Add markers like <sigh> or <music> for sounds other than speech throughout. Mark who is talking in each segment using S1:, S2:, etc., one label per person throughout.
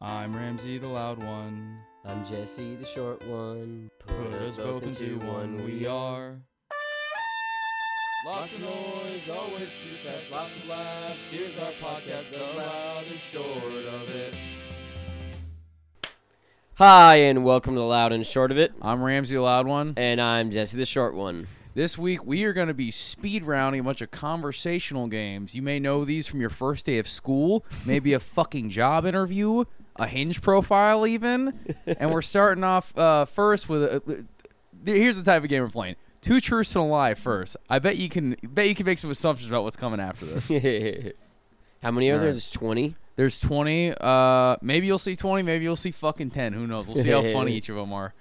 S1: I'm Ramsey the loud one.
S2: I'm Jesse, the short one.
S1: Put us both into one, we are. Lots of noise, always too fast, lots of laughs. Here's our podcast, the loud and short of it.
S2: Hi, and welcome to Loud and Short of It.
S1: I'm Ramsey the loud one.
S2: And I'm Jesse, the short one. <laughs>
S1: This week we are going to be speed rounding a bunch of conversational games. You may know these from your first day of school, maybe a <laughs> fucking job interview, a hinge profile, even. And we're starting off uh, first with. A, here's the type of game we're playing: two truths and a lie. First, I bet you can bet you can make some assumptions about what's coming after this.
S2: How many are there?
S1: Alright.
S2: There's 20.
S1: There's 20. Uh, maybe you'll see 20. Maybe you'll see fucking 10. Who knows? We'll see how
S2: <laughs>
S1: funny each of them are.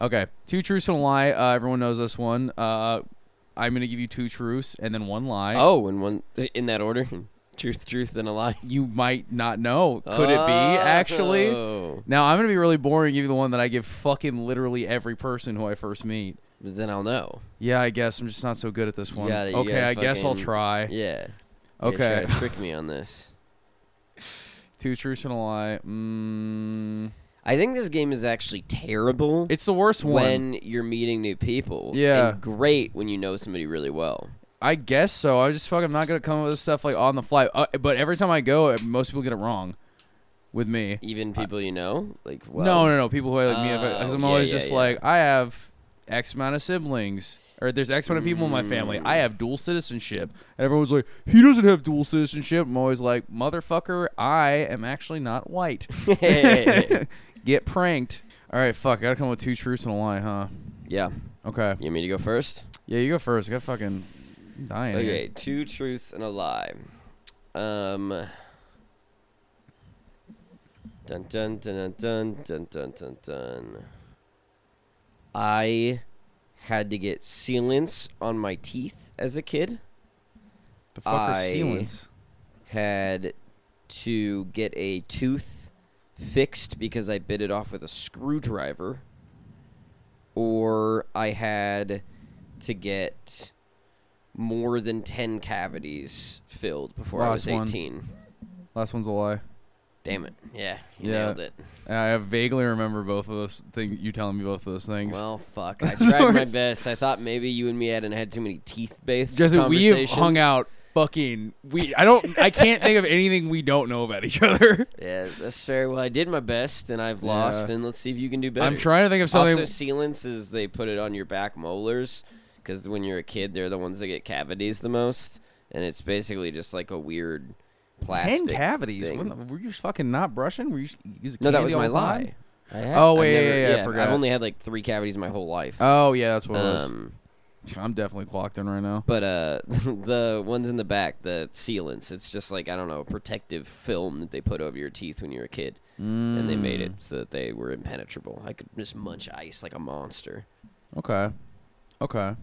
S1: Okay, two truths and a lie. Uh, everyone knows this one. Uh, I'm gonna give you two truths and then one lie.
S2: Oh, and one in that order. <laughs> Truth, truth, then a lie.
S1: you might not know. Could it be actually?
S2: Oh.
S1: Now I'm gonna be really boring. and Give you the one that I give fucking literally every person who I first meet.
S2: Then I'll know.
S1: Yeah, I guess I'm just not so good at this one.
S2: You gotta- you
S1: okay,
S2: gotta
S1: I guess I'll
S2: fucking-
S1: try.
S2: Yeah. They
S1: okay,
S2: tried to trick me on this.
S1: <laughs> two truths and a lie. Mm,
S2: I think this game is actually terrible
S1: it's the worst one.
S2: when you're meeting new people.
S1: Yeah.
S2: And great when you know somebody really well.
S1: I guess so. I just fucking I'm not gonna come up with stuff like on the fly. Uh, but every time I go, uh, most people get it wrong. With me,
S2: Even people you know? Like, well.
S1: no, no, no. People who are like me,
S2: Oh,
S1: because I'm
S2: yeah,
S1: always
S2: yeah,
S1: just
S2: yeah.
S1: like I have X amount of siblings, or there's X amount of people in my family. I
S2: Mm.
S1: have dual citizenship, and everyone's like, he doesn't have dual citizenship. I'm always like, motherfucker, I am actually not
S2: <laughs>
S1: white. <laughs> get pranked. All right, fuck. I gotta come up with two truths and a lie, huh?
S2: yeah.
S1: Okay.
S2: You want me to go first?
S1: Yeah, you go first. I got fucking dying. here.
S2: Okay, two truths and a lie. Um. Dun dun dun dun dun dun dun dun dun. I had to get sealants on my teeth as a kid.
S1: The fuck are
S2: I-
S1: sealants?
S2: Had to get a tooth fixed because I bit it off with a screwdriver. Or I had to get more than 10 cavities filled before I
S1: Last
S2: was
S1: one.
S2: 18.
S1: Last onene's a lie.
S2: Damn it. Yeah, you
S1: Yeah.
S2: nailed it.
S1: I vaguely remember both of those things. You telling me both of those things.
S2: Well,
S1: <laughs>
S2: fuck. I
S1: That's
S2: tried my
S1: worse.
S2: best. I thought maybe you and me hadn't had too many teeth based
S1: Jesse, we have
S2: conversations.
S1: hung out. Fucking, we. I don't. I can't think of anything we don't know about each other.
S2: Yeah, that's fair. Well, I did my best and I've lost,
S1: Yeah.
S2: and let's see if you can do better.
S1: I'm trying to think of something.
S2: Also, sealants is they put it on your back molars because when you're a kid, they're the ones that get cavities the most, and it's basically just like a weird plastic.
S1: Ten cavities.
S2: thing.
S1: What the- were you fucking not brushing? Were you? you
S2: no, that was my
S1: lie.
S2: lie. I had-
S1: Oh,
S2: I've
S1: wait, yeah,
S2: never-
S1: yeah, yeah, I forgot.
S2: I've only had like three cavities my whole life.
S1: Oh yeah, that's what it was.
S2: um,
S1: I'm definitely clocked in right now.
S2: But uh, <laughs> the ones in the back, the sealants, it's just like I don't know, protective film that they put over your teeth when you're a kid, and they
S1: Mm,
S2: made it so that they were impenetrable. I could just munch ice like a monster.
S1: Okay. Okay.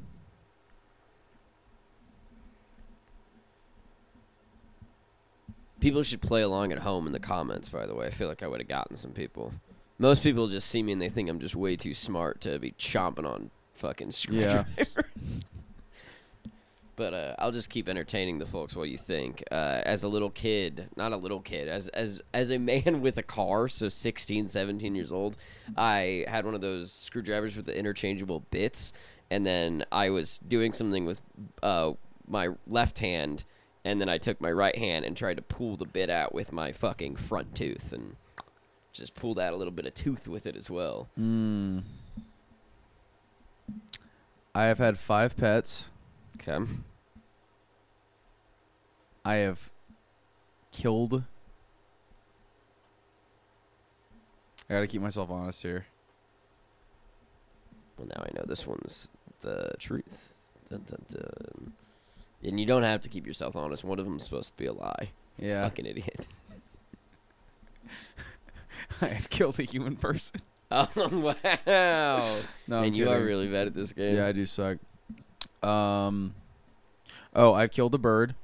S2: People should play along at home in the comments. By the way, I feel like I would have gotten some people. Most people just see me and they think I'm just way too smart to be chomping on fucking
S1: Yeah.
S2: screwdrivers. but uh, I'll just keep entertaining the folks while you think. Uh, as a little kid, not a little kid, as as as a man <laughs> with a car, so 16, 17 years old, I had one of those screwdrivers with the interchangeable bits, and then I was doing something with uh, my left hand, and then I took my right hand and tried to pull the bit out with my fucking front tooth and. Just pulled out a little bit of tooth with it as well.
S1: I have had five pets.
S2: Okay.
S1: I have killed. I gotta keep myself honest here.
S2: Well, now I know this one's the truth. Dun, dun, dun. And you don't have to keep yourself honest. One of them's supposed to be a lie.
S1: Yeah,
S2: Fucking idiot.
S1: <laughs>
S2: <laughs>
S1: I have killed a human person.
S2: Oh wow!
S1: <laughs> No, I'm
S2: and you are
S1: kidding.
S2: really bad at this game.
S1: Yeah, I do suck. Um, oh, I've killed a bird,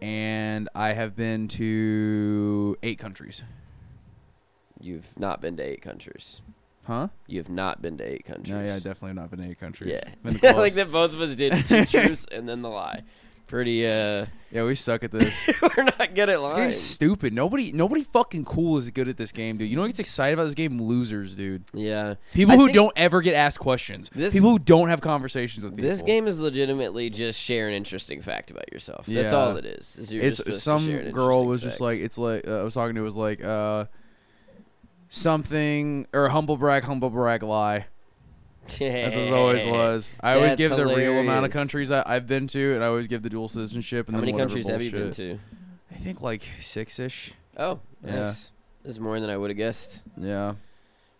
S1: and I have been to eight countries.
S2: You've not been to eight countries.
S1: Huh?
S2: You have not been to eight countries.
S1: <laughs>
S2: <laughs>
S1: No, yeah, I definitely have not been to eight countries.
S2: Yeah.
S1: Been to <laughs>
S2: like
S1: close.
S2: that both of us did two truths and then the lie. pretty. uh <laughs>
S1: Yeah, we suck at this.
S2: We're not good
S1: This
S2: at lying.
S1: game's stupid. Nobody, nobody fucking cool is good at this game, dude. You know what gets excited about this game? Losers, dude.
S2: Yeah,
S1: People
S2: I
S1: who
S2: think
S1: don't ever get asked questions.
S2: This-
S1: people who don't have conversations with people.
S2: This game is legitimately just share an interesting fact about yourself. That's
S1: Yeah.
S2: all it is. is you're
S1: It's
S2: just supposed to
S1: some
S2: share an
S1: girl
S2: interesting
S1: was just
S2: fact.
S1: like, it's like uh, I was talking to was like, uh, something or humble brag, humble brag lie. As it always was. I always
S2: Eh, That's
S1: give the real amount of
S2: hilarious.
S1: countries I, I've been to, and I always give the dual citizenship. And
S2: How
S1: then
S2: many
S1: whatever
S2: countries have you been
S1: bullshit.
S2: to?
S1: I think like six ish.
S2: Oh,
S1: Yeah.
S2: nice. This is more than I would have guessed.
S1: Yeah.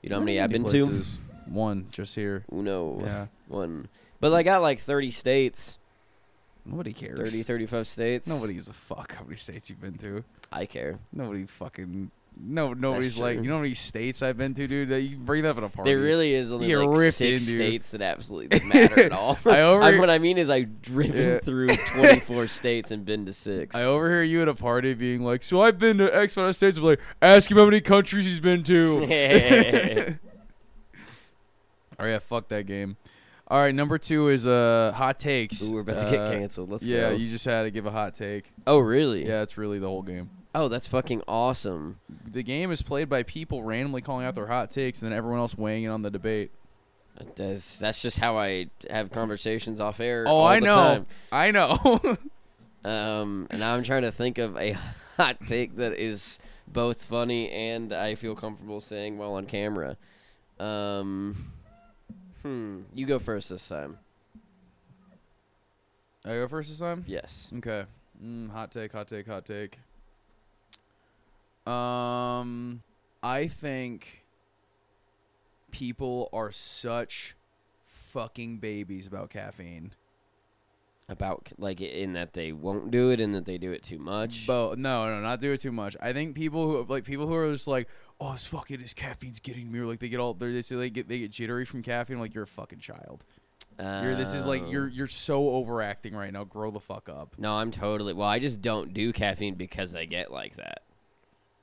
S2: You know how many I've been to?
S1: Places. One just here.
S2: Uno.
S1: Yeah.
S2: One. But I got like 30 states,
S1: Nobody cares.
S2: 30, 35 states.
S1: Nobody gives a fuck how many states you've been to.
S2: I care.
S1: Nobody fucking. No, nobody's
S2: true.
S1: like you know how many states I've been to, dude. That you can bring that up at a party.
S2: There really is only
S1: You're
S2: like
S1: ripped
S2: six
S1: in, dude.
S2: states that
S1: <laughs>
S2: absolutely don't matter at all.
S1: I over-
S2: <laughs> I'm- what I mean is I've driven
S1: Yeah.
S2: through
S1: <laughs>
S2: 24 states and been to six. <laughs>
S1: I overhear you at a party being like, "So I've been to X amount of states." I'm like, ask him how many countries he's been
S2: <laughs>
S1: to. All right, yeah, fuck that game. All right, number two is uh hot takes.
S2: Ooh, we're about to get
S1: Uh,
S2: canceled. Let's
S1: yeah,
S2: go.
S1: you just had to give a hot take.
S2: <laughs> oh, really?
S1: Yeah, it's really the whole game.
S2: Oh, that's fucking awesome.
S1: The game is played by people randomly calling out their hot takes, and then everyone else weighing in on the debate.
S2: That's that's just how I have conversations off air.
S1: Oh,
S2: all
S1: I
S2: the
S1: know, I know. <laughs>
S2: Time. Um, and now I'm trying to think of a <laughs> hot take that is both funny and I feel comfortable saying well on camera. Um, hmm. You go first this time.
S1: I go first this time.
S2: Yes.
S1: Okay. Mm, hot take, hot take, hot take. Um, I think people are such fucking babies about caffeine.
S2: About like in that they won't do it and that they do it too much.
S1: But no, no, not do it too much. I think people who like people who are just like, oh, it's fucking this caffeine's getting me. Or, like they get all they're- they say they get they get jittery from caffeine. Like you're a fucking child. You're this is like
S2: Um,
S1: you're you're so overacting right now. Grow the fuck up,
S2: No, I'm totally. Well, I just don't do caffeine because I get like that.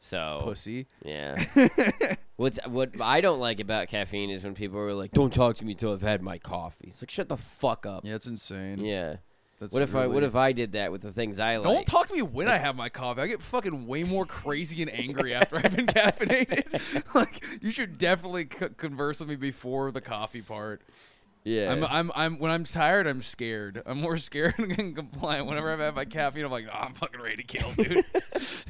S2: So
S1: pussy. <laughs>
S2: Yeah. What's what I don't like about caffeine is when people are like, "Don't talk to me till I've had my coffee." It's like, shut the fuck up.
S1: Yeah, it's insane.
S2: Yeah.
S1: That's
S2: what if I what
S1: really-
S2: if I did that with the things I like?
S1: Don't talk to me when I have my coffee. I get fucking way more crazy and angry after I've been <laughs> caffeinated. <laughs> like you should definitely c- converse with me before the coffee part.
S2: Yeah.
S1: I'm, I'm, I'm when I'm tired, I'm scared. I'm more <laughs> scared and compliant. Whenever I've had my caffeine, I'm like, "Ah, I'm fucking ready to kill, <laughs> dude. You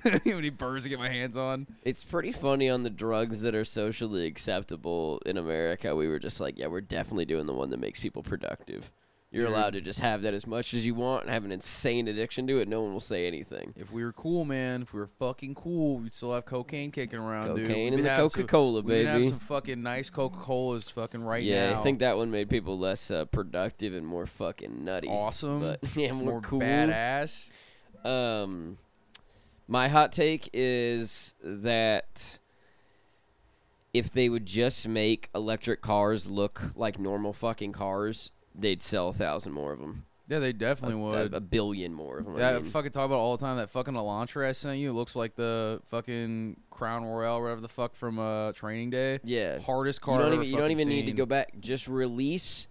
S1: know How many birds to get my hands on?
S2: it's pretty funny on the drugs that are socially acceptable in America. We were just like, yeah, we're definitely doing the one that makes people productive. You're
S1: Dude.
S2: allowed to just have that as much as you want and have an insane addiction to it. No one will say anything.
S1: If we were cool, man, if we were fucking cool, we'd still have cocaine kicking around, dude.
S2: Cocaine
S1: We'd
S2: and the
S1: have some-
S2: Coca-Cola,
S1: we'd have
S2: baby.
S1: some fucking nice Coca Colas, fucking right
S2: yeah,
S1: now.
S2: I think that one made people less uh, productive and more fucking nutty.
S1: awesome,
S2: But <laughs> yeah, more,
S1: more
S2: cool.
S1: badass.
S2: Um, my hot take is that if they would just make electric cars look like normal fucking cars, they'd sell a thousand more of them.
S1: Yeah, they definitely
S2: A,
S1: would.
S2: a billion more of them.
S1: Yeah, I fucking talk about it all the time. That fucking Elantra I sent you looks like the fucking Crown Royale, whatever the fuck from uh, Training Day.
S2: yeah.
S1: Hardest car.
S2: You don't
S1: I've
S2: even,
S1: ever
S2: you don't
S1: fucking
S2: even need to
S1: seen.
S2: go back. Just release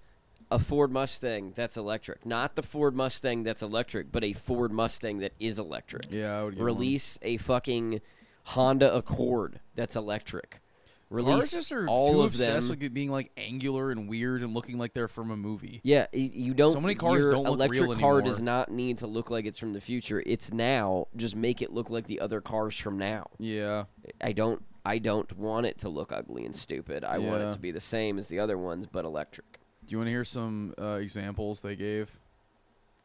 S2: a Ford Mustang that's electric. Not the Ford Mustang that's electric, but a Ford Mustang that is electric.
S1: Yeah, I would get one.
S2: Release a fucking Honda Accord that's electric. Release
S1: Cars just are
S2: all
S1: too
S2: of
S1: obsessed
S2: them.
S1: with it being like angular and weird and looking like they're from a movie.
S2: Yeah, y- you don't.
S1: many cars
S2: your
S1: don't look
S2: electric
S1: real
S2: car
S1: anymore.
S2: does not need to look like it's from the future. It's now. Just make it look like the other cars from now.
S1: Yeah,
S2: I don't. I don't want it to look ugly and stupid. I want it
S1: Yeah.
S2: to be the same as the other ones, but electric.
S1: Do you want to hear some uh, examples they gave?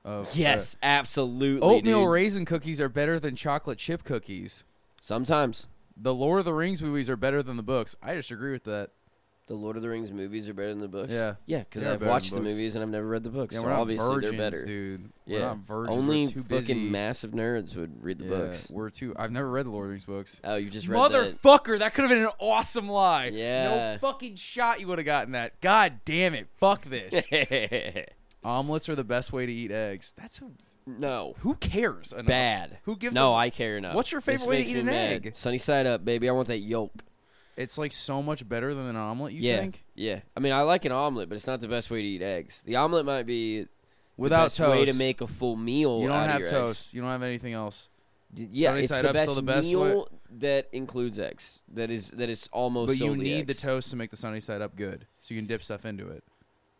S1: Of uh,
S2: Yes, absolutely.
S1: oatmeal
S2: dude.
S1: raisin cookies are better than chocolate chip cookies.
S2: Sometimes
S1: The Lord of the Rings movies are better than the books. I disagree with that.
S2: the Lord of the Rings movies are better than the books.
S1: Yeah.
S2: yeah, because
S1: They are
S2: I've
S1: better than
S2: watched the
S1: books.
S2: movies and I've never read the books.
S1: Yeah,
S2: so
S1: we're not
S2: obviously
S1: virgins,
S2: they're better.
S1: dude.
S2: Yeah,
S1: We're not virgins.
S2: only
S1: we're too
S2: fucking
S1: busy.
S2: massive nerds would read the
S1: Yeah,
S2: books.
S1: We're too. I've never read the Lord of the Rings books.
S2: Oh, you just read that.
S1: Motherfucker, that could have been an awesome lie.
S2: Yeah.
S1: No fucking shot you would have gotten that. God damn it. Fuck
S2: <laughs>
S1: this. Omelets are the best way to eat eggs. That's a,
S2: no.
S1: who cares? Enough?
S2: Bad.
S1: Who gives
S2: No,
S1: a-
S2: I care enough.
S1: What's your
S2: This
S1: favorite way to
S2: makes
S1: eat
S2: me
S1: an
S2: mad.
S1: egg?
S2: Sunny side up, baby. I want that yolk.
S1: It's like so much better than an omelet. You
S2: yeah,
S1: think?
S2: yeah. I mean, I like an omelet, but it's not the best way to eat eggs. The omelet might be
S1: Without
S2: best way to
S1: toast.
S2: make a full meal.
S1: You
S2: out
S1: don't
S2: of
S1: have
S2: your
S1: toast.
S2: eggs.
S1: You don't have anything else.
S2: D- Yeah,
S1: Sunny
S2: it's
S1: side
S2: the
S1: up's
S2: best,
S1: still the best way.
S2: meal that includes eggs. That is that is almost.
S1: But you
S2: solely
S1: need the
S2: eggs.
S1: toast to make the sunny side up good, so you can dip stuff into it.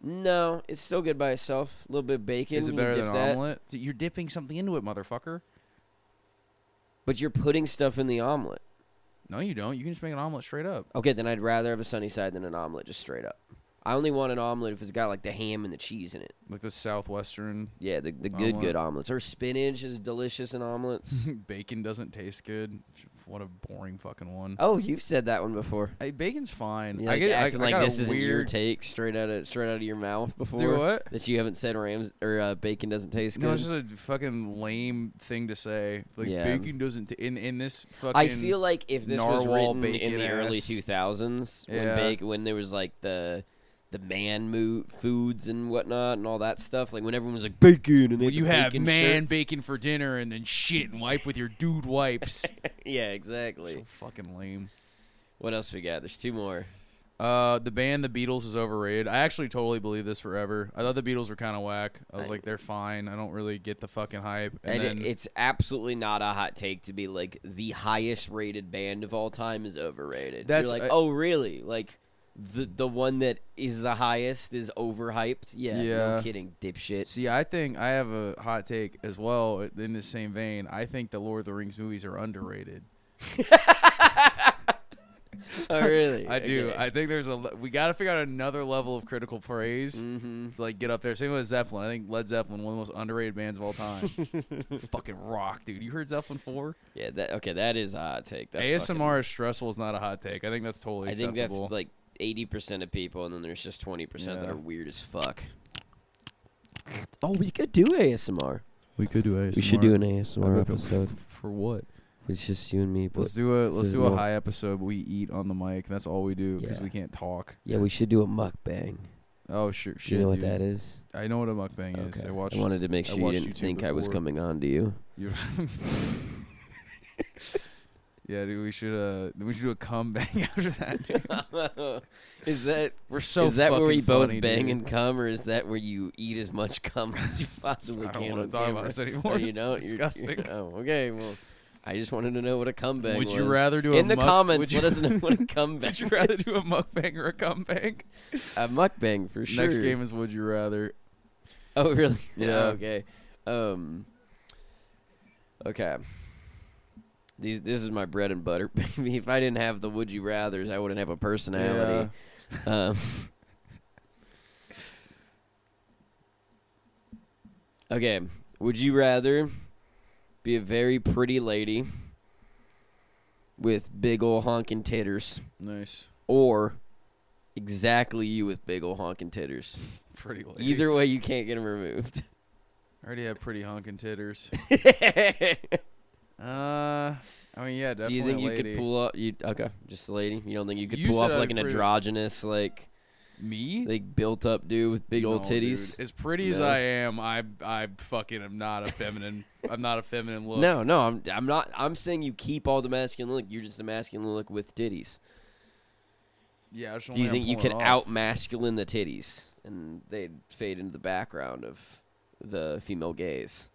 S2: No, it's still good by itself. A little bit of bacon.
S1: Is
S2: you
S1: it better
S2: dip
S1: than
S2: that.
S1: omelet? So You're dipping something into it, motherfucker.
S2: But you're putting stuff in the omelet.
S1: No, you don't. You can just make an omelet straight up.
S2: Okay, then I'd rather have a sunny side than an omelet, just straight up. I only want an omelet if it's got like the ham and the cheese in it.
S1: Like the southwestern <laughs>
S2: Yeah, the, the good
S1: Omelet.
S2: good omelets. Or spinach is delicious in omelets.
S1: bacon doesn't taste good. What a boring fucking one.
S2: oh, you've said that one before.
S1: Hey, bacon's fine.
S2: You're,
S1: I
S2: like,
S1: get I,
S2: acting
S1: I
S2: like
S1: got
S2: this
S1: a
S2: isn't
S1: weird
S2: your take straight out of straight out of your mouth before.
S1: what?
S2: That you haven't said Rams or uh, bacon doesn't taste good.
S1: No, it's just a fucking lame thing to say. Like
S2: Yeah.
S1: bacon doesn't t- in in this fucking.
S2: I feel like if this was
S1: narwhal
S2: written in the
S1: bacon
S2: early
S1: ass.
S2: two thousands, when
S1: Yeah.
S2: bacon, when there was like the the man mo- foods and whatnot and all that stuff, like when everyone was like bacon and they
S1: when
S2: had
S1: you
S2: the
S1: have
S2: bacon
S1: man
S2: shirts.
S1: bacon for dinner and then shit and wipe with your dude wipes.
S2: <laughs> yeah, exactly.
S1: so fucking lame.
S2: What else we got? There's two more.
S1: Uh, the band The Beatles is overrated. I actually totally believe this forever. I thought the Beatles were kind of whack. I was
S2: I-
S1: like, they're fine. I don't really get the fucking hype.
S2: And
S1: And,
S2: it-
S1: then
S2: it's absolutely not a hot take to be like the highest rated band of all time is overrated.
S1: That's-
S2: You're like,
S1: I-
S2: oh really? Like the the one that is the highest is overhyped. Yeah,
S1: Yeah.
S2: no kidding, dipshit.
S1: see, I think I have a hot take as well in the same vein. I think the Lord of the Rings movies are underrated.
S2: <laughs> Oh really?
S1: I do. I think there's a le- we got to figure out another level of critical praise
S2: hmm
S1: to like get up there. Same with Zeppelin. I think Led Zeppelin one of the most underrated bands of all
S2: <laughs>
S1: time. fucking rock, dude. You heard Zeppelin four?
S2: Yeah. That okay. That is a hot take. That's
S1: ASMR
S2: fucking-
S1: is stressful is not a hot take. I think that's totally
S2: I think that's
S1: acceptable.
S2: like eighty percent of people, and then there's just twenty percent that
S1: Yeah.
S2: are weird as fuck. Oh, we could do ASMR.
S1: we could do ASMR.
S2: We should do an ASMR
S1: I'd be-
S2: episode.
S1: for what?
S2: It's just you and me.
S1: Let's do a
S2: this
S1: let's
S2: is
S1: do a
S2: more-
S1: high episode. But we eat on the mic. That's all we do because
S2: Yeah.
S1: we can't talk.
S2: yeah, we should do a mukbang.
S1: Oh sure,
S2: Do
S1: shit.
S2: you know what
S1: dude.
S2: that is?
S1: I know what a mukbang is. I watched.
S2: wanted to make
S1: I
S2: sure you
S1: watched
S2: didn't
S1: YouTube
S2: think I was
S1: before.
S2: coming on
S1: <laughs>
S2: to you.
S1: You- yeah, dude. We should uh we should do a cum bang <laughs> after that.
S2: <laughs>
S1: Dude.
S2: is that
S1: We're so
S2: is that where we
S1: fucking
S2: both
S1: funny,
S2: bang
S1: dude.
S2: and cum, or is that where you eat as much cum <laughs> as you possibly
S1: I don't
S2: can
S1: wanna
S2: on
S1: talk
S2: camera?
S1: about this
S2: Oh,
S1: anymore. <laughs>
S2: <laughs> you
S1: It's
S2: know, you're-
S1: disgusting.
S2: <laughs> oh, okay. Well, I just wanted to know what a cum bang
S1: Would
S2: was.
S1: you rather do a
S2: in the
S1: muk-
S2: comments?
S1: would you-
S2: Let us know what
S1: <laughs>
S2: a cum bang.
S1: <laughs> Would
S2: <laughs>
S1: you rather
S2: is.
S1: do a mukbang or a cum bang?
S2: a mukbang for sure?
S1: Next game is Would You Rather.
S2: Oh, really? <laughs>
S1: Yeah.
S2: okay. Um. Okay. These, this is my bread and butter, <laughs> baby. If I didn't have the would you rather's, I wouldn't have a personality. Um, <laughs> okay. Would you rather be a very pretty lady with big ol' honkin' titters
S1: Nice.
S2: or exactly you with big ol' honkin' titters?
S1: Pretty lady.
S2: Either way, you can't get them removed.
S1: I already have pretty honking titters. <laughs>
S2: <laughs> Do
S1: Uh, I mean, yeah, definitely.
S2: you think
S1: a
S2: you
S1: lady.
S2: could pull off? You okay? Just a lady. You don't think you could
S1: You
S2: pull
S1: said
S2: off
S1: I
S2: like an
S1: pretty-
S2: androgynous, like
S1: me?
S2: like built up dude with big old
S1: No,
S2: titties?
S1: dude. As pretty as
S2: No.
S1: I am, I I fucking am not a feminine. <laughs> I'm not a feminine look.
S2: No, no, I'm I'm not. I'm saying you keep all the masculine look. You're just a masculine look with titties.
S1: Yeah. I just don't
S2: Do you
S1: I'm
S2: think you
S1: pulling
S2: could
S1: it
S2: out
S1: off.
S2: masculine the titties, and they'd fade into the background of the
S1: <laughs>
S2: female gaze?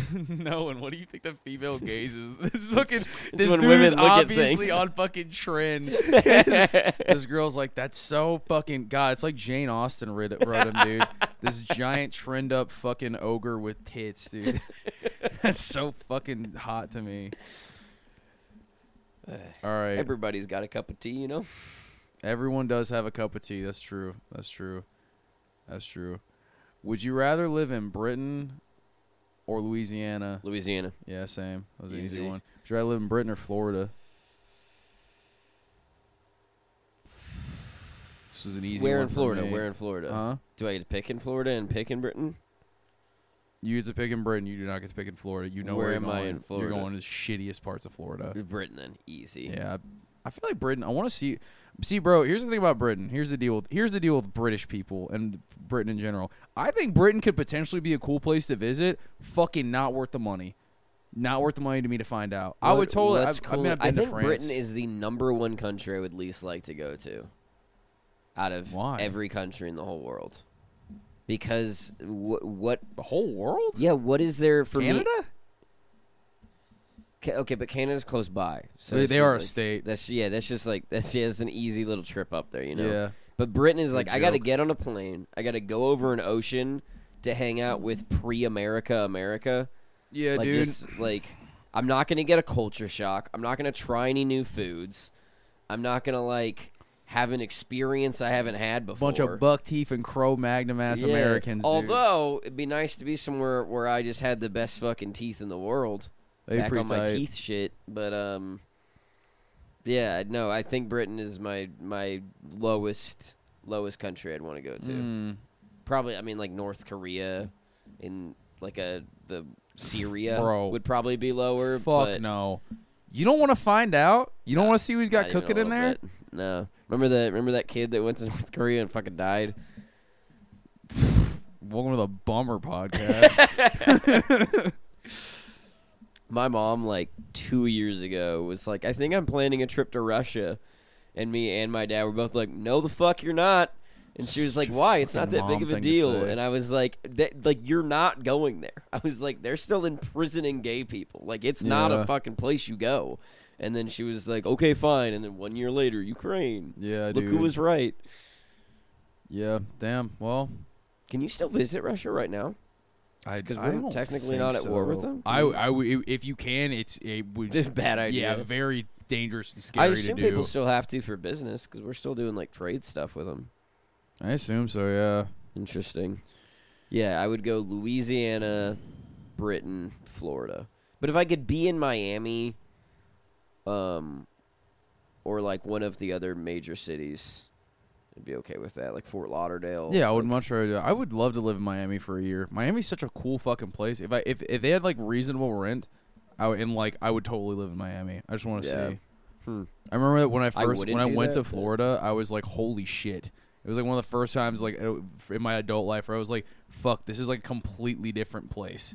S1: <laughs> no, and what do you think the female gaze is? <laughs> This fucking this
S2: when
S1: dude's
S2: women look at
S1: obviously
S2: things.
S1: on fucking trend.
S2: <laughs>
S1: this girl's like, that's so fucking god. It's like Jane Austen wrote, it- wrote him, dude. This giant trend up fucking ogre with tits, dude. <laughs> That's so fucking hot to me. All right,
S2: Everybody's got a cup of tea, you know.
S1: everyone does have a cup of tea. That's true. That's true. That's true. Would you rather live in Britain or Louisiana?
S2: Louisiana.
S1: Yeah, same. That was an easy
S2: Easy.
S1: one. Would you rather live in Britain or Florida? This was an easy
S2: Where
S1: one.
S2: in
S1: for
S2: Florida?
S1: me. Uh,
S2: Where in Florida?
S1: Huh?
S2: Do I get to pick in Florida and pick in Britain?
S1: You get to pick in Britain. You do not get to pick in Florida. You know where,
S2: Where
S1: you're
S2: am I
S1: going.
S2: in Florida?
S1: You're going to the shittiest parts of Florida.
S2: Britain then, easy.
S1: Yeah, I feel like Britain. I want to see. See, bro. Here's the thing about Britain. Here's the deal. With, here's the deal with British people and Britain in general. I think Britain could potentially be a cool place to visit. Fucking not worth the money. Not worth the money to me to find out. I would totally. I've, I mean, I've been to
S2: think
S1: France.
S2: Britain is the number one country I would least like to go to, out of
S1: Why?
S2: every country in the whole world, because wh- what?
S1: The whole world?
S2: Yeah, what is there for me-
S1: Canada?
S2: Ca- okay, but Canada's close by, so
S1: They-
S2: it's
S1: they
S2: just
S1: are a
S2: like-
S1: state.
S2: That's yeah, that's just like that's yeah, it's an easy little trip up there, you know.
S1: Yeah.
S2: But Britain is like, I got to
S1: joke.
S2: get on a plane. I got to go over an ocean to hang out with pre-America America.
S1: Yeah,
S2: like
S1: dude.
S2: just like I'm not gonna get a culture shock. I'm not gonna try any new foods. I'm not gonna like have an experience I haven't had before.
S1: bunch of buck teeth and crow magnum ass
S2: Yeah.
S1: Americans. dude.
S2: Although it'd be nice to be somewhere where I just had the best fucking teeth in the world.
S1: They
S2: back
S1: pretty
S2: on my
S1: tight.
S2: teeth shit, but um, yeah, no, I think Britain is my my lowest lowest country I'd want to go to.
S1: Mm.
S2: Probably, I mean, like North Korea, in like a the Syria
S1: Bro.
S2: would probably be lower.
S1: Fuck
S2: but
S1: no. You don't want to find out. You don't
S2: Nah,
S1: want to see who's got
S2: not even
S1: cooking
S2: a
S1: in
S2: little
S1: there.
S2: bit. No, remember that? Remember that kid that went to <laughs> North Korea and fucking died?
S1: Welcome to the
S2: <laughs>
S1: Bummer Podcast.
S2: my mom like two years ago was like, I think I'm planning a trip to Russia, and me and my dad were both like, No, the fuck you're not. And she was like,
S1: Such a
S2: Why? It's not
S1: fucking
S2: that big
S1: mom
S2: of a
S1: thing to
S2: deal.
S1: say.
S2: And I was like, that, Like you're not going there. <laughs> I was like, They're still imprisoning gay people. Like it's not
S1: Yeah.
S2: a fucking place you go. And then she was like, Okay, fine. And then one year later, Ukraine.
S1: yeah,
S2: Look
S1: dude.
S2: who was right.
S1: yeah, damn. Well,
S2: Can you still visit Russia right now?
S1: I
S2: 'cause
S1: I
S2: we're
S1: don't
S2: technically
S1: think
S2: not at war with
S1: so.
S2: them?
S1: I, I would- if you can, it's it would
S2: Just a bad idea.
S1: Yeah, very dangerous and
S2: I
S1: scary to
S2: assume
S1: do.
S2: people still have to for business because we're still doing like trade stuff with them.
S1: I assume so. Yeah.
S2: Interesting. Yeah, I would go Louisiana, Britain, Florida. But if I could be in Miami, um, or like one of the other major cities, I'd be okay with that. Like Fort Lauderdale.
S1: Yeah, I would
S2: like-
S1: much rather. do- I would love to live in Miami for a year. Miami's such a cool fucking place. If I if, if they had like reasonable rent, I would, and like I would totally live in Miami. I just want to
S2: Yeah.
S1: see.
S2: Hmm.
S1: I remember that when I
S2: I
S1: first
S2: wouldn't
S1: when I
S2: do
S1: went
S2: that,
S1: to
S2: but-
S1: Florida, I was like, holy shit. It was like one of the first times like uh, f- in my adult life where I was like, fuck, this is like a completely different place.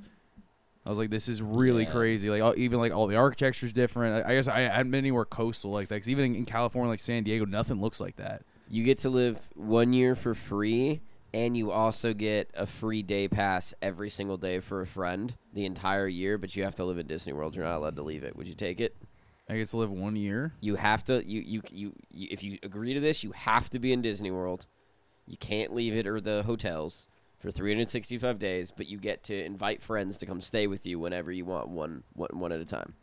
S1: I was like, this is really
S2: Yeah.
S1: crazy. Like, all, even like all the architecture's different. I, I guess I hadn't been anywhere coastal like that. Cause even in, in California, like San Diego, nothing looks like that.
S2: You get to live one year for free, and you also get a free day pass every single day for a friend the entire year. But you have to live in Disney World. You're not allowed to leave it. Would you take it?
S1: I get to live one year.
S2: You have to you you you, you if you agree to this, you have to be in Disney World. You can't leave it or the hotels for 365 days, but you get to invite friends to come stay with you whenever you want, one one, one at a time.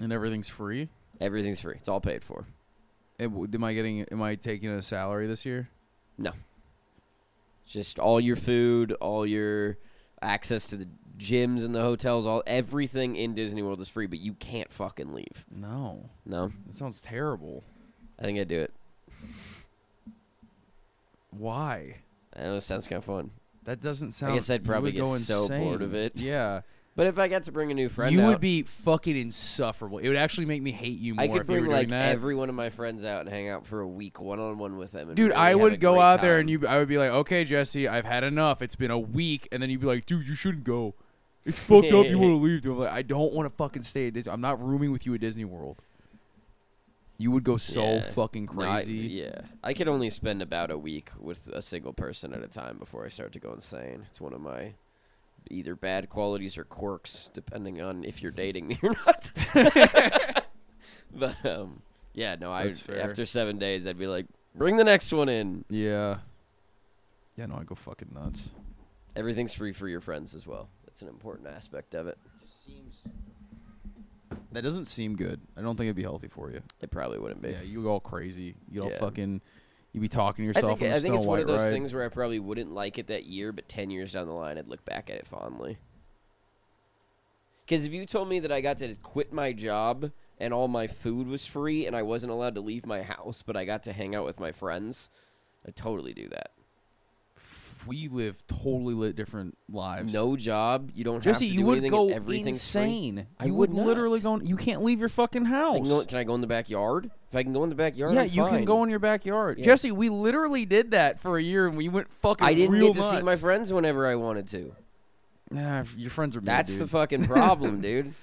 S1: and everything's free.
S2: Everything's free. It's all paid for.
S1: Am- w- Am I getting? Am I taking a salary this year?
S2: Just all your food, all your access to the gyms and the hotels, all everything in Disney World is free, but you can't fucking leave.
S1: No,
S2: No.
S1: that sounds terrible.
S2: I think I'd do it.
S1: Why?
S2: I know it sounds kind of fun.
S1: That doesn't sound.
S2: guess I'd
S1: you
S2: probably
S1: would
S2: get
S1: go
S2: so
S1: insane.
S2: bored of it. <laughs>
S1: Yeah,
S2: But if I got to bring a new friend
S1: you
S2: out,
S1: would be fucking insufferable. It would actually make me hate you more.
S2: I could
S1: if you
S2: bring
S1: were doing
S2: like
S1: that.
S2: every one of my friends out and hang out for a week, one on one with them. And
S1: Dude,
S2: really
S1: I
S2: have a
S1: would go
S2: great
S1: out there and
S2: time.
S1: you. I would be like, "Okay, Jesse, I've had enough. It's been a week," and then you'd be like, "Dude, you shouldn't go.
S2: <laughs>
S1: It's fucked up. You want to leave?" Dude, I'm like, I don't want to fucking stay at Disney. I'm not rooming with you at Disney World. You would go so
S2: Yeah.
S1: fucking
S2: No, I-
S1: crazy.
S2: yeah, I could only spend about a week with a single person at a time before I start to go insane. It's one of my either bad qualities or quirks, depending on if you're dating me or not. <laughs> but um, yeah, no, I
S1: That's fair.
S2: after seven days, I'd be like, bring the next one in.
S1: Yeah. Yeah, no, I go fucking nuts.
S2: Everything's free for your friends as well. That's an important aspect of it.
S1: That doesn't seem good. I don't think it'd be healthy for you.
S2: It probably wouldn't be.
S1: Yeah, you go all crazy. You don't
S2: Yeah.
S1: fucking. You be talking to
S2: I
S1: yourself.
S2: think,
S1: on the
S2: I think
S1: Snow
S2: it's one of
S1: White
S2: those
S1: ride.
S2: things where I probably wouldn't like it that year, but 10 years down the line, I'd look back at it fondly. Because if you told me that I got to quit my job and all my food was free and I wasn't allowed to leave my house, but I got to hang out with my friends, I'd totally do that.
S1: We live totally lit different lives.
S2: No job, you don't
S1: Jesse,
S2: have to
S1: you
S2: do
S1: would
S2: anything,
S1: go
S2: everything's Free.
S1: insane.
S2: I
S1: you
S2: would not.
S1: literally go. In, you can't leave your fucking
S2: I
S1: house.
S2: can, go, can I go in the backyard? If I can go in the backyard,
S1: yeah,
S2: I'm
S1: you can
S2: fine.
S1: go in your backyard.
S2: Yeah.
S1: Jesse, we literally did that for a year, and we went fucking.
S2: I didn't
S1: real
S2: get to see my
S1: nuts.
S2: friends whenever I wanted to.
S1: Nah, your friends are. mean,
S2: That's the
S1: dude.
S2: fucking
S1: <laughs>
S2: problem, dude.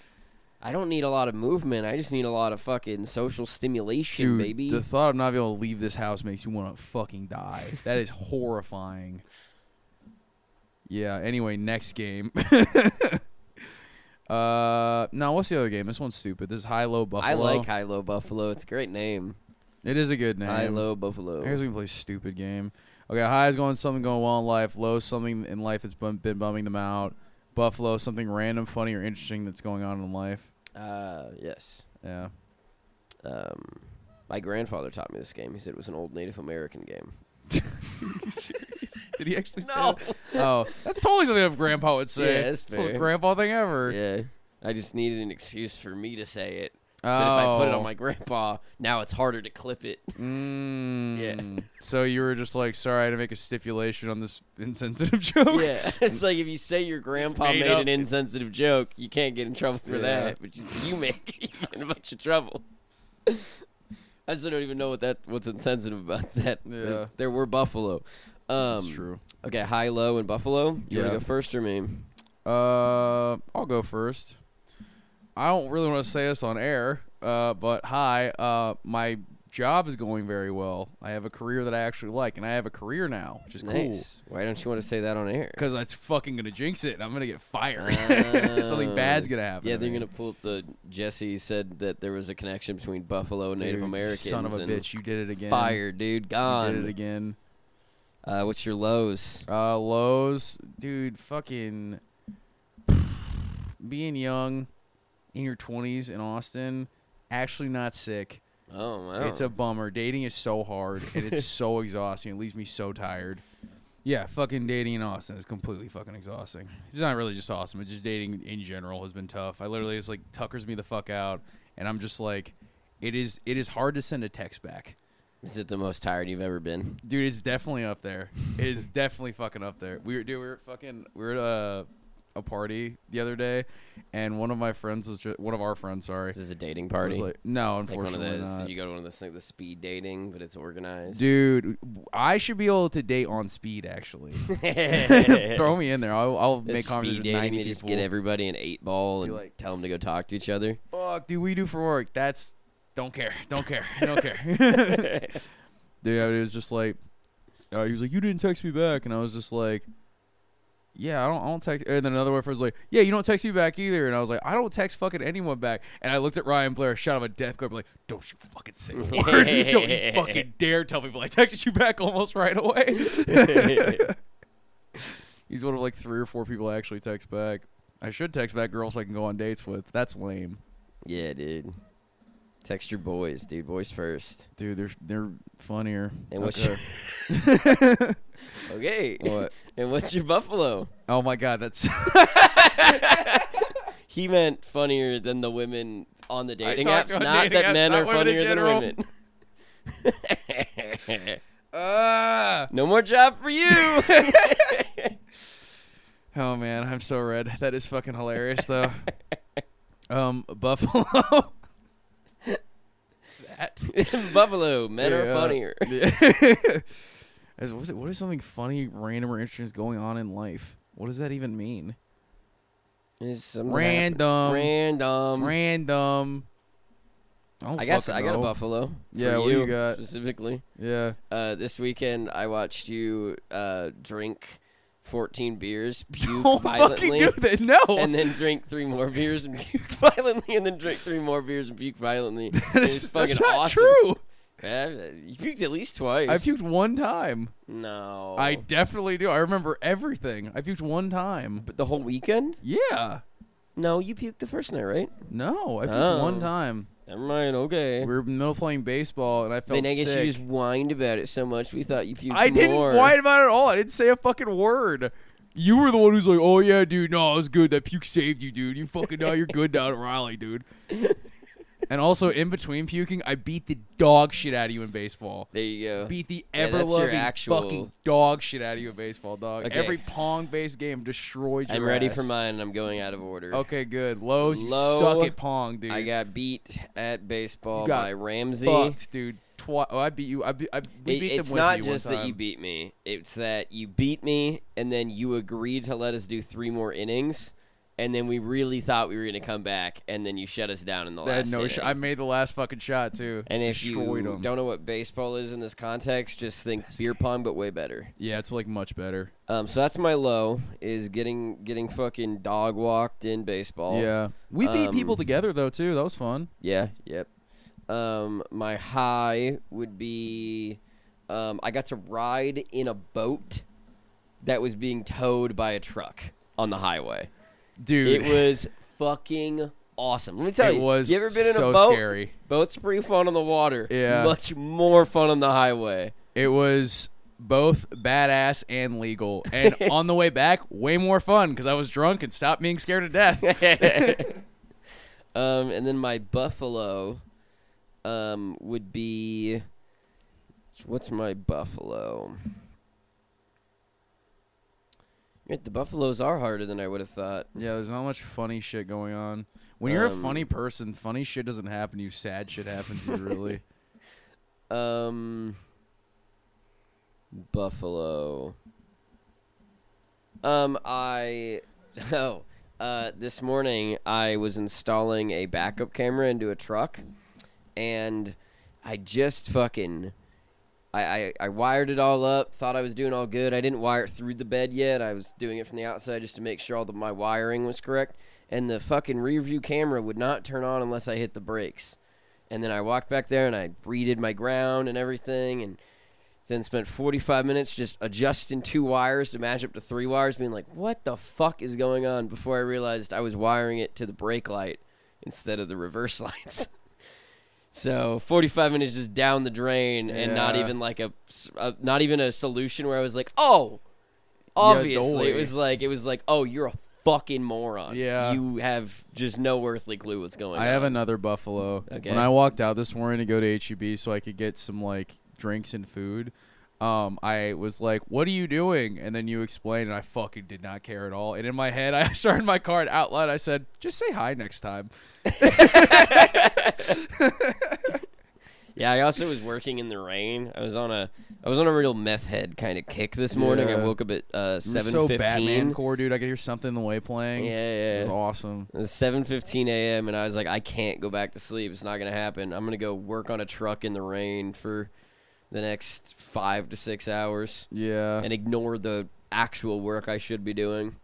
S2: I don't need a lot of movement. I just need a lot of fucking social stimulation,
S1: Dude,
S2: baby.
S1: the thought of not
S2: <laughs>
S1: being able to leave this house makes you want to fucking die. That is horrifying. Yeah. Anyway, next game. <laughs> uh, no. What's the other game? This one's stupid. This is High Low Buffalo.
S2: I like High Low Buffalo. It's a great name.
S1: It is a good name.
S2: High Low Buffalo.
S1: I guess we can play stupid game. Okay, high is going something going well in life. Low is something in life that's bum- been bumming them out. Buffalo something random, funny, or interesting that's going on in life.
S2: Uh, yes. <laughs>
S1: Yeah.
S2: Um, my grandfather taught me this game. He said it was an old Native American game.
S1: Did he actually
S2: No.
S1: say that? Oh, that's totally something that grandpa would say.
S2: Yeah,
S1: It's
S2: that's
S1: the most
S2: fair.
S1: grandpa thing ever.
S2: Yeah. I just needed an excuse for me to say it.
S1: Oh.
S2: But if I put it on my grandpa, now it's harder to clip it.
S1: Mm.
S2: <laughs>
S1: So you were just like, sorry, I had to make a stipulation on this <laughs> insensitive joke.
S2: Yeah, <laughs> it's like if you say your grandpa
S1: made
S2: made,
S1: up.
S2: an insensitive joke, you can't get in trouble for
S1: Yeah.
S2: that. But you, you make <laughs> you get in a bunch of trouble. <laughs> I still don't even know what that what's insensitive about <laughs> that. There-
S1: Yeah.
S2: there, were buffalo. Um,
S1: That's true.
S2: Okay, high, low, and buffalo. You
S1: Yeah.
S2: want to go first or me?
S1: Uh, I'll go first. I don't really want to say this on air, uh, but hi, uh, my job is going very well. I have a career that I actually like, and I have a career now, which is cool.
S2: Nice. Why don't you want to say that on air?
S1: Because it's fucking gonna jinx it, and I'm gonna get fired. <laughs>
S2: Uh,
S1: Something bad's gonna happen.
S2: Yeah,
S1: to
S2: they're
S1: me.
S2: gonna pull up the Jesse said that there was a connection between buffalo and Native
S1: Dude,
S2: Americans.
S1: Son of a
S2: and
S1: bitch, you did it again.
S2: Fire, dude,
S1: You
S2: gone.
S1: did it again.
S2: Uh, what's your lows?
S1: Uh, Lowe's, dude, fucking <sighs> being young in your 20s in Austin, actually not sick.
S2: Oh wow,
S1: It's a bummer. Dating is so hard and it's so exhausting. It leaves me so tired. Yeah, fucking dating in Austin is completely fucking exhausting. It's not really just Austin, but just dating in general has been tough. I literally it's like tuckers me the fuck out, and I'm just like, it is it is hard to send a text back,
S2: Is it the most tired you've ever been?
S1: dude. It's definitely up there. It is definitely fucking up there. We were dude, we were fucking we were at a, a party the other day, and one of my friends was just, one of our friends, sorry,
S2: This is a dating
S1: was
S2: party.
S1: like, no,
S2: Like one of
S1: unfortunately
S2: those.
S1: not.
S2: Did you go to one of those like the speed dating, but it's organized? <laughs>
S1: Dude, <laughs> I should be able to date on speed. Actually,
S2: <laughs>
S1: <laughs>
S2: Throw
S1: throw me in there. I'll, I'll make
S2: speed
S1: conversation with
S2: dating.
S1: ninety
S2: They
S1: people.
S2: just get everybody an eight
S1: Do
S2: ball and
S1: like-
S2: tell them to go talk to each other.
S1: Fuck, dude, we do for work. That's don't care, don't care, don't care. <laughs> dude, it was just like uh, he was like, "You didn't text me back," and I was just like, "Yeah, I don't, I don't text." And then another one friend was like, "Yeah, you don't text me back either," and I was like, "I don't text fucking anyone back." And I looked at Ryan Blair, shot him a death glare, like, "Don't you fucking say a word! don't you fucking dare tell people I texted you back almost right away." He's one of like three or four people I actually text back. I should text back girls I can go on dates with. That's lame,
S2: yeah, dude. Text your boys, dude. Boys first.
S1: dude. They're they're funnier.
S2: And what's <laughs> your
S1: <laughs>
S2: okay?
S1: What?
S2: <laughs> And what's your buffalo?
S1: Oh my god, that's <laughs>
S2: He meant funnier than the women on the dating
S1: talked
S2: apps.
S1: on
S2: Not
S1: dating
S2: that
S1: apps,
S2: men
S1: not
S2: are
S1: women in
S2: funnier than
S1: general. <laughs>
S2: women.
S1: ah.
S2: no more job for <laughs> you.
S1: Oh man, I'm so red. That is fucking hilarious
S2: <laughs>
S1: though. um, Buffalo. that
S2: Buffalo men are
S1: Yeah.
S2: funnier. <laughs>
S1: Yeah. As- what, <laughs> is it, what is something funny, random, or interesting is going on in life? What does that even mean?
S2: It's something that
S1: Random.
S2: happened. Random.
S1: Random. I, don't
S2: I guess
S1: fucking
S2: I got a
S1: know.
S2: Buffalo. for
S1: Yeah, what do you
S2: you
S1: got?
S2: specifically?
S1: Yeah.
S2: Uh, this weekend I watched you uh, drink 14 beers, puke
S1: <laughs> Don't fucking
S2: violently,
S1: do that. No. <laughs>
S2: and then drink three more beers and <laughs> puke violently, and then drink three more beers and
S1: <laughs>
S2: puke violently.
S1: That
S2: it's
S1: is-
S2: fucking
S1: that's not
S2: awesome.
S1: true.
S2: Yeah, you puked at least twice.
S1: I puked one time.
S2: No,
S1: I definitely do. I remember everything. I puked one time.
S2: But the whole weekend?
S1: Yeah.
S2: No, you puked the first night, right?
S1: No, I puked
S2: Oh.
S1: one time.
S2: Never mind. Okay.
S1: We were in the middle of playing baseball, and I felt
S2: Then I guess
S1: sick.
S2: you just whined about it so much we thought you puked
S1: I didn't
S2: more.
S1: whine about it at all. I didn't say a fucking word. You were the one who's like, "Oh yeah, dude. No, it was good. That puke saved you, dude. You fucking now you're good down at Raleigh,
S2: <laughs>
S1: dude." and also, in between puking, I beat the dog shit out of you in baseball.
S2: There you go.
S1: beat the
S2: Yeah,
S1: ever
S2: that's your
S1: loving
S2: actual-
S1: fucking dog shit out of you in baseball, dog.
S2: Okay.
S1: Every pong based game destroyed your
S2: I'm ready
S1: ass.
S2: for mine. I'm going out of order.
S1: Okay, good. Lowe's, you
S2: Low.
S1: suck at pong, dude.
S2: I got beat at baseball
S1: You got
S2: by Ramsey.
S1: fucked, dude. Twi- oh, I beat you. I, be- I we
S2: It-
S1: beat
S2: it's
S1: them
S2: not
S1: with you
S2: just
S1: one
S2: that you
S1: time.
S2: beat me. It's that you beat me and then you agreed to let us do three more innings and then we really thought we were going to come back, and then you shut us down in the
S1: I had
S2: last.
S1: no.
S2: inning.
S1: Sh- I made the last fucking shot too.
S2: and if you
S1: destroyed 'em.
S2: don't know what baseball is in this context, just think beer pong, but way better.
S1: yeah, it's like much better.
S2: Um, so that's my low is getting getting fucking dog walked in baseball.
S1: Yeah, we beat people
S2: Oh. Um,
S1: together though too. That was fun.
S2: Yeah, yep. Um, my high would be um, I got to ride in a boat that was being towed by a truck on the highway.
S1: Dude,
S2: It was fucking awesome. Let me tell
S1: It
S2: you,
S1: was
S2: you ever been in
S1: so
S2: a boat?
S1: scary.
S2: Boats pretty fun on the water.
S1: Yeah.
S2: much more fun on the highway.
S1: It was both badass and legal.
S2: <laughs>
S1: And on the way back, way more fun because I was drunk and stopped being scared to
S2: <laughs>
S1: death.
S2: Um, and then my buffalo, um, would be. What's my buffalo? You're right, the buffaloes are harder than I would have thought.
S1: yeah, there's not much funny shit going on. When you're a
S2: Um,
S1: funny person, funny shit doesn't happen to you. Sad shit happens to you, really.
S2: <laughs> Um, buffalo. Um, I <laughs> oh, uh, this morning I was installing a backup camera into a truck, and I just fucking. I, I, I wired it all up. Thought I was doing all good. I didn't wire it through the bed yet. I was doing it from the outside just to make sure all the, my wiring was correct. And the fucking rear view camera would not turn on unless I hit the brakes. And then I walked back there and I reeded my ground and everything, and then spent 45 minutes just adjusting two wires to match up to three wires, being like, "What the fuck is going on?" Before I realized I was wiring it to the brake light instead of the reverse <laughs> lights. so 45 minutes just down the drain, and not
S1: Yeah.
S2: even like a, s- a- not even a solution where I was like, "Oh,
S1: doy.
S2: obviously." it was like it was like, "Oh, you're a fucking moron.
S1: Yeah.
S2: you have just no earthly clue what's going on."
S1: I have another buffalo.
S2: Okay.
S1: When I walked out this morning to go to HEB so I could get some like drinks and food, um, I was like, "What are you doing?" And then you explained, and I fucking did not care at all. And in my head, I <laughs> started my card out loud. I said, "Just say hi next time."
S2: Yeah, I also was working in the rain. I was on a I was on a real meth head kind of kick this morning. I
S1: Yeah.
S2: woke up at uh,
S1: You were
S2: seven
S1: so Batman
S2: fifteen.
S1: core, dude. I could hear something in the way playing.
S2: Yeah,
S1: It
S2: yeah.
S1: was awesome.
S2: It was seven fifteen a.m. and I was like, I can't go back to sleep. It's not gonna happen. I'm gonna go work on a truck in the rain for the next five to six hours
S1: Yeah.
S2: and ignore the actual work I should be doing.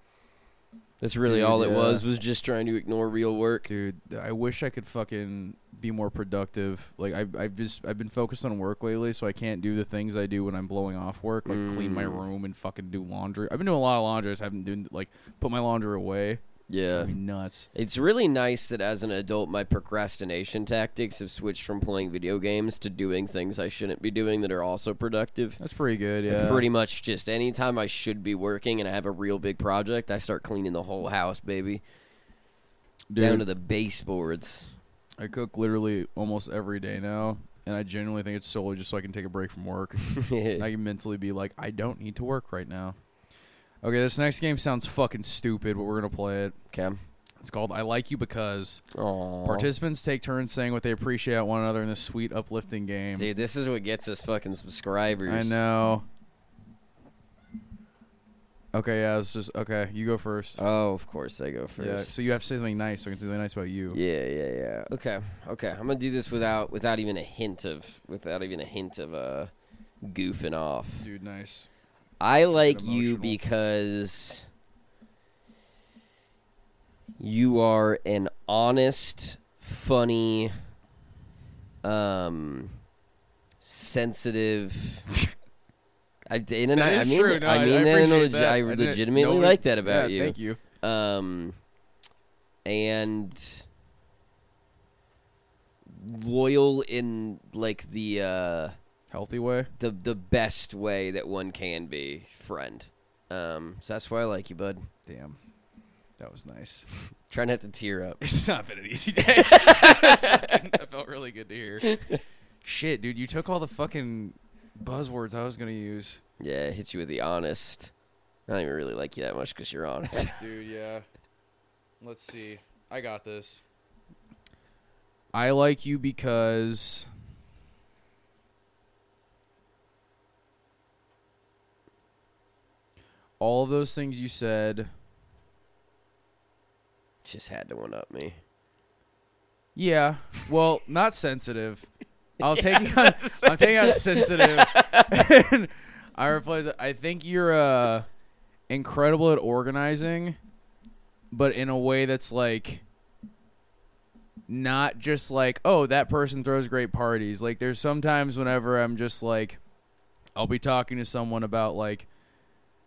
S2: That's really
S1: Dude,
S2: all it
S1: yeah.
S2: was was just trying to ignore real work.
S1: Dude, I wish I could fucking be more productive. Like I I've just I've been focused on work lately, so I can't do the things I do when I'm blowing off work, like clean
S2: Mm.
S1: my room and fucking do laundry. I've been doing a lot of laundry, I just haven't done like put my laundry away.
S2: Yeah.
S1: I mean, nuts.
S2: It's really nice that as an adult, my procrastination tactics have switched from playing video games to doing things I shouldn't be doing that are also productive.
S1: That's pretty good, yeah.
S2: Pretty much just anytime I should be working and I have a real big project, I start cleaning the whole house, baby.
S1: Dude,
S2: Down to the baseboards. <laughs>
S1: I cook literally almost every day now, and I genuinely think it's solely just so I can take a break from
S2: <laughs>
S1: work. And I can mentally be like, I don't need to work right now. Okay, this next game sounds fucking stupid, but we're gonna play it.
S2: okay.
S1: It's called I Like You Because.
S2: Aww.
S1: Participants take turns saying what they appreciate about one another in this sweet, uplifting game.
S2: Dude, this is what gets us fucking subscribers.
S1: I know. Okay, yeah, it's just okay. You go first.
S2: Oh, of course I go first.
S1: Yeah, so you have to say something nice, so I can say something nice about you.
S2: Yeah, yeah, yeah. Okay, okay. I'm gonna do this without without even a hint of without even a hint of uh goofing off.
S1: Dude, nice.
S2: I like you
S1: emotional.
S2: because you are an honest, funny, um, sensitive.
S1: <laughs>
S2: I, in and I, I mean, I mean that, in a
S1: appreciate
S2: legi-
S1: that.
S2: I
S1: didn't-
S2: legitimately
S1: nobody-
S2: like that about
S1: yeah,
S2: you.
S1: Thank you.
S2: Um, and loyal in like the uh
S1: Healthy way.
S2: the the best way that one can be friend. Um, so that's why I like you, bud.
S1: Damn, that was nice. <laughs>
S2: Try not to tear up.
S1: It's not been an easy
S2: <laughs>
S1: day. that felt really good to hear. Shit, dude, you took all the fucking buzzwords I was gonna use.
S2: Yeah, it hits you with the honest. I don't even really like you that much because you're honest. <laughs>
S1: Dude, yeah. Let's see. I got this. I like you because all of those things you said
S2: just had to one up me.
S1: Yeah. Well, not sensitive. I'll take out, I'll take out sensitive. and <laughs> I replace it. I think you're uh, incredible at organizing, but in a way that's like not just like oh that person throws great parties. Like there's sometimes whenever I'm just like I'll be talking to someone about like